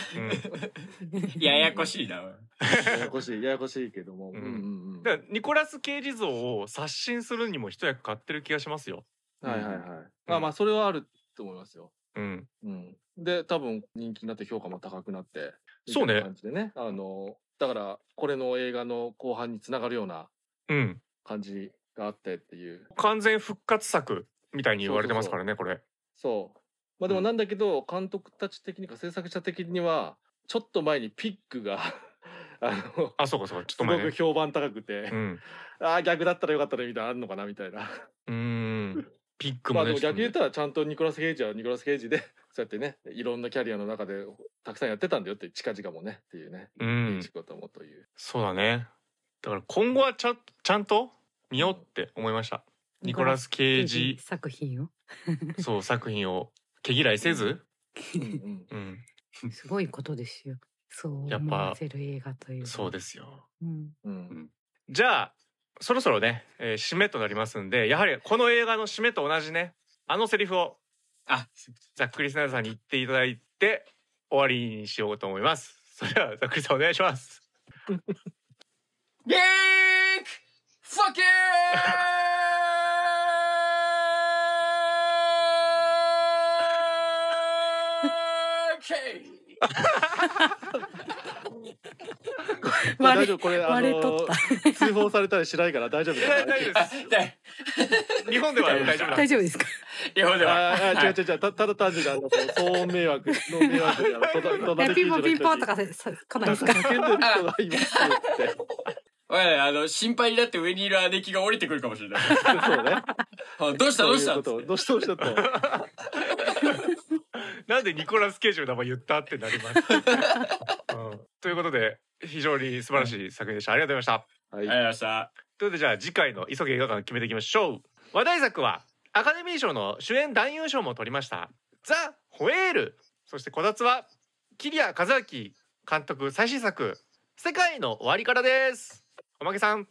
Speaker 5: ややこしいな。
Speaker 4: ややこ [LAUGHS] しいややこしいけども、
Speaker 3: ん
Speaker 4: うんうんうん
Speaker 3: だからニコラス・ケイジ像を刷新するにも一役買ってる気がしますよ。
Speaker 4: はいはいはい。まあまあそれはあると思いますよ。
Speaker 3: うん、
Speaker 4: うん。で多分人気になって評価も高くなって、
Speaker 3: そうね
Speaker 4: みたいな感じでね、あのだからこれの映画の後半につながるような
Speaker 3: うん、
Speaker 4: 感じがあってっていう。
Speaker 3: 完全復活作みたいに言われてますからねこれ。
Speaker 4: そう。まあでもなんだけど、監督たち的にか制作者的にはちょっと前にピックが [LAUGHS] あの
Speaker 3: あそうかそうかちょっ
Speaker 4: す
Speaker 3: と
Speaker 4: ご
Speaker 3: 前ね
Speaker 4: く。評判高くて、
Speaker 3: うん、
Speaker 4: [LAUGHS] ああ逆だったらよかったねみたいなのあるのかなみたいな。
Speaker 3: うーんピックも
Speaker 4: まあで
Speaker 3: ね。
Speaker 4: も
Speaker 3: ちょっと
Speaker 4: 逆に
Speaker 3: ね
Speaker 4: 言ったらちゃんとニコラス・ケイジはニコラス・ケイジで [LAUGHS] そうやってねいろんなキャリアの中でたくさんやってたんだよって近々もねっていうね、
Speaker 3: うん
Speaker 4: いい仕事もという
Speaker 3: そうだね。だから今後はちゃんちゃんと見ようって思いました。ニコラス・ケイジ
Speaker 2: 作品を
Speaker 3: そう作品を毛嫌いせず、
Speaker 4: うんうん
Speaker 3: うん、
Speaker 2: すごいことですよそう
Speaker 3: やっぱ
Speaker 2: 思わせる映画というのは
Speaker 3: そうですよ。
Speaker 2: うん
Speaker 4: うん
Speaker 3: じゃあそろそろね、えー締めとなりますんでやはりこの映画の締めと同じねあのセリフを
Speaker 5: あ、
Speaker 3: ざっくりスナルさんに言っていただいて終わりにしようと思います。それではざっくりさんお願いし [LAUGHS] ます。
Speaker 5: ゲークファケー
Speaker 4: ま
Speaker 2: 割
Speaker 4: あ大
Speaker 2: れ
Speaker 4: 丈夫これあ
Speaker 2: 割れと
Speaker 4: の
Speaker 2: った [LAUGHS]
Speaker 4: 通報されたりしないから大丈夫
Speaker 3: 大
Speaker 4: だ
Speaker 3: 丈
Speaker 4: な
Speaker 3: 夫です。日本では大丈夫なん
Speaker 2: 大丈夫ですか
Speaker 5: 日本では。
Speaker 4: あーあー違う違う違うたただ単純にあの騒音迷惑の迷惑がとど
Speaker 2: いや
Speaker 4: 隣
Speaker 2: ピ
Speaker 4: 近
Speaker 2: ンポ
Speaker 4: 所
Speaker 2: ン
Speaker 4: の人
Speaker 2: ピン
Speaker 4: に
Speaker 2: ポンとかさ来ない
Speaker 4: な
Speaker 2: で
Speaker 4: ん
Speaker 2: す
Speaker 4: か
Speaker 2: か [LAUGHS]
Speaker 4: 叫んでる人がいますって
Speaker 5: おい、あの、心配になって上にいる姉貴が降りてくるかもしれない。
Speaker 4: そうね
Speaker 5: あどうした
Speaker 4: そ
Speaker 5: ど
Speaker 4: う
Speaker 5: う
Speaker 4: い
Speaker 5: し
Speaker 4: う
Speaker 5: た
Speaker 4: こ
Speaker 5: っつ
Speaker 4: と
Speaker 5: っ
Speaker 4: を
Speaker 5: て
Speaker 4: どうしたどうしたと
Speaker 3: なんでニコラス・ケイジの名前言ったってなり [LAUGHS] ます、うんということで非常に素晴らしい作品でしたありがとうございました
Speaker 4: はい
Speaker 5: ありがとうございました。
Speaker 3: ということでじゃあ次回の急げ映画館決めていきましょう話題作はアカデミー賞の主演男優賞も取りましたザ・ホエールそしてこたつは桐谷和明監督最新作世界の終わりからですおまけさん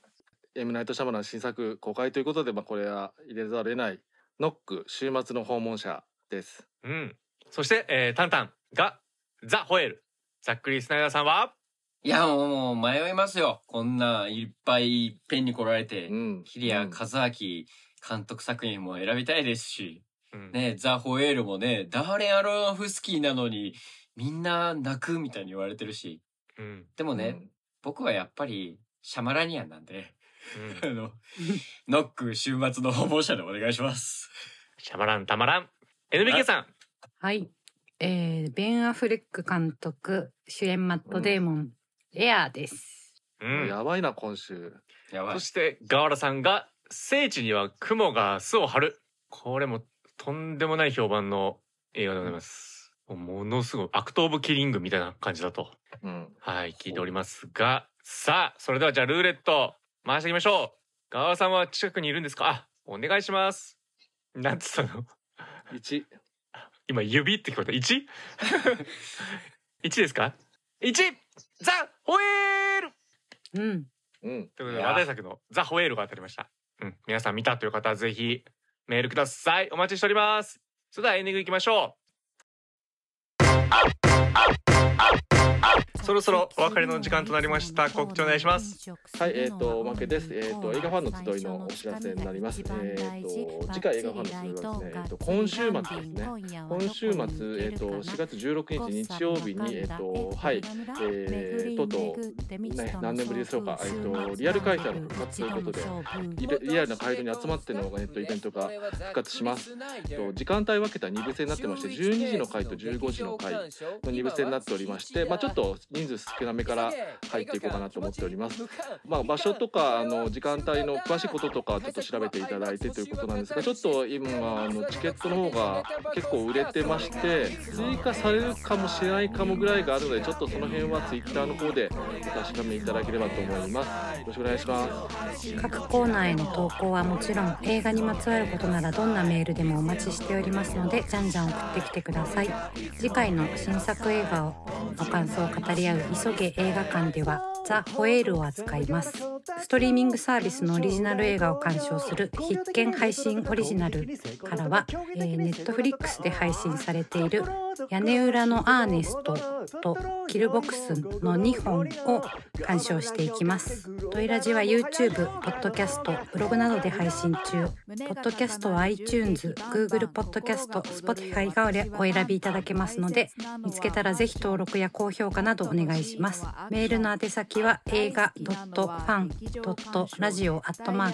Speaker 4: M ナイトシャマラン新作公開ということで、まあ、これは入れざるを得ないノック週末の訪問者です。
Speaker 3: うんそして、えー、タンタンがザ・ホエールざっくりスナイダーさんはい
Speaker 5: や、もうもう迷いますよ。こんないっぱいいっぺんに来られて。
Speaker 4: うん、
Speaker 5: 桐谷和明監督作品も選びたいですし、
Speaker 3: うん
Speaker 5: ね、ザ・ホエールもね、ダーレン・アロンフスキーなのに、みんな泣くみたいに言われてるし。
Speaker 3: うん [LAUGHS]
Speaker 5: でも
Speaker 4: うん
Speaker 5: ね、僕はやっぱり、シャマラニアンなんで、 [LAUGHS]
Speaker 3: うん
Speaker 5: あの、ノック週末の訪問者でお願いします。
Speaker 3: シャマランたまらん NBK さん
Speaker 2: はい、えー、ベン・アフレック監督主演マット・デーモン、エアーです
Speaker 3: うん
Speaker 4: やばいな今週。
Speaker 5: やばい
Speaker 3: そ。してガワラさんが「聖地には雲が巣を張る」これもとんでもない評判の映画でございます、もうものすごいアクト・オブ・キリングみたいな感じだと
Speaker 4: うん、
Speaker 3: はい聞いておりますがさあそれではじゃあルーレット回していきましょうガワラさんは近くにいるんですかあお願いしますなんつったの
Speaker 4: 一
Speaker 3: 今指って聞こえた [LAUGHS] 1?1 ですか ?1! ザ・ホエール
Speaker 2: うん
Speaker 4: うん
Speaker 3: ということ
Speaker 5: い
Speaker 3: で
Speaker 5: やー
Speaker 3: 話題作の「ザ・ホエール」が当たりました、うん、皆さん見たという方はぜひメールくださいお待ちしておりますそれではエンディングいきましょうそろそろお別れの時間となりました告知お願いします
Speaker 4: はいえっ、とおまけです。えっ、と映画ファンの集いのお知らせになります。えっ、と次回映画ファンの集いはですね、えっと今週末ですね。今週末えっ、と4月16日日曜日にえっ、とはいえーとうとう、ね、何年ぶりでしょうか、えっとリアル会社の復活ということでリベリアルな会場に集まっての、えっとイベントが復活します、えっと時間帯分けた2部制になってまして12時の回と15時の回の2部制になっておりまして、まあ、ちょっと人数少なめから入っていこうかなと思っております。まあ、場所とかあの時間帯の詳しいこととかはちょっと調べていただいてということなんですがちょっと今あのチケットの方が結構売れてまして追加されるかもしれないかもぐらいがあるのでちょっとその辺は Twitter の方方でお確かめいただければと思いますよろしくお願いします
Speaker 2: 各コーナーへの投稿はもちろん映画にまつわることならどんなメールでもお待ちしておりますのでじゃんじゃん送ってきてください次回の新作映画をの感想を語り合う「急げ映画館」では「ザ・ホエール」を扱いますストリーミングサービスのオリジナル映画を鑑賞する「必見配信オリジナル」からは、えー、ネットフリックスで配信されている「屋根裏のアーネスト」と「キルボックス」の2本を鑑賞していきますトイラジは YouTube、Podcast、ブログなどで配信中 Podcast は iTunes、Google Podcast、Spotify がおれお選びいただけますので見つけたらぜひ登録や高評価などお願いしますメールの宛先は映画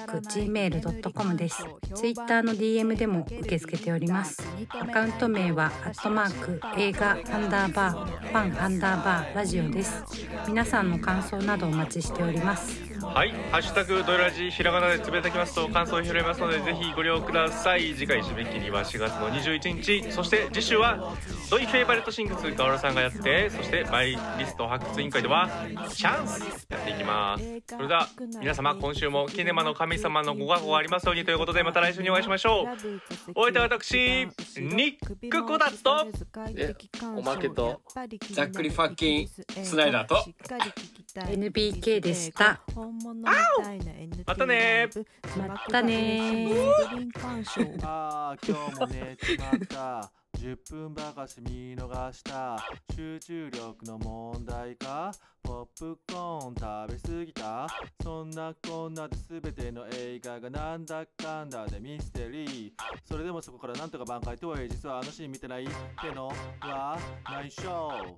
Speaker 2: .fan.radio.gmail.com です Twitter の DM でも受け付けておりますアカウント名はアットマーク映画アンダーバーファンアンダーバーラジオです皆さんの感想などお待ちしております
Speaker 3: はい「ハッシュタグドイラジひらがな」でつぶやいてきますと感想を拾いますのでぜひご利用ください次回締め切りは4月の21日そして次週はドイフェイバレットシングスガオラさんがやってそしてマイリスト発掘委員会ではチャンスやっていきますそれでは皆様今週もキネマの神様のご加護がありますようにということでまた来週にお会いしましょうお相手は私ニックコダット
Speaker 4: えおまけと
Speaker 5: ざっくりファッキンスナイダーと
Speaker 2: NBK でした
Speaker 3: またね
Speaker 2: またね
Speaker 6: あー今日も寝ちまった10分ばかし見逃した集中力の問題かポップコーン食べ過ぎたそんなこんなで全ての映画がなんだかんだでミステリーそれでもそこからなんとか挽回とはいえ実はあのシーン見てないってのは内緒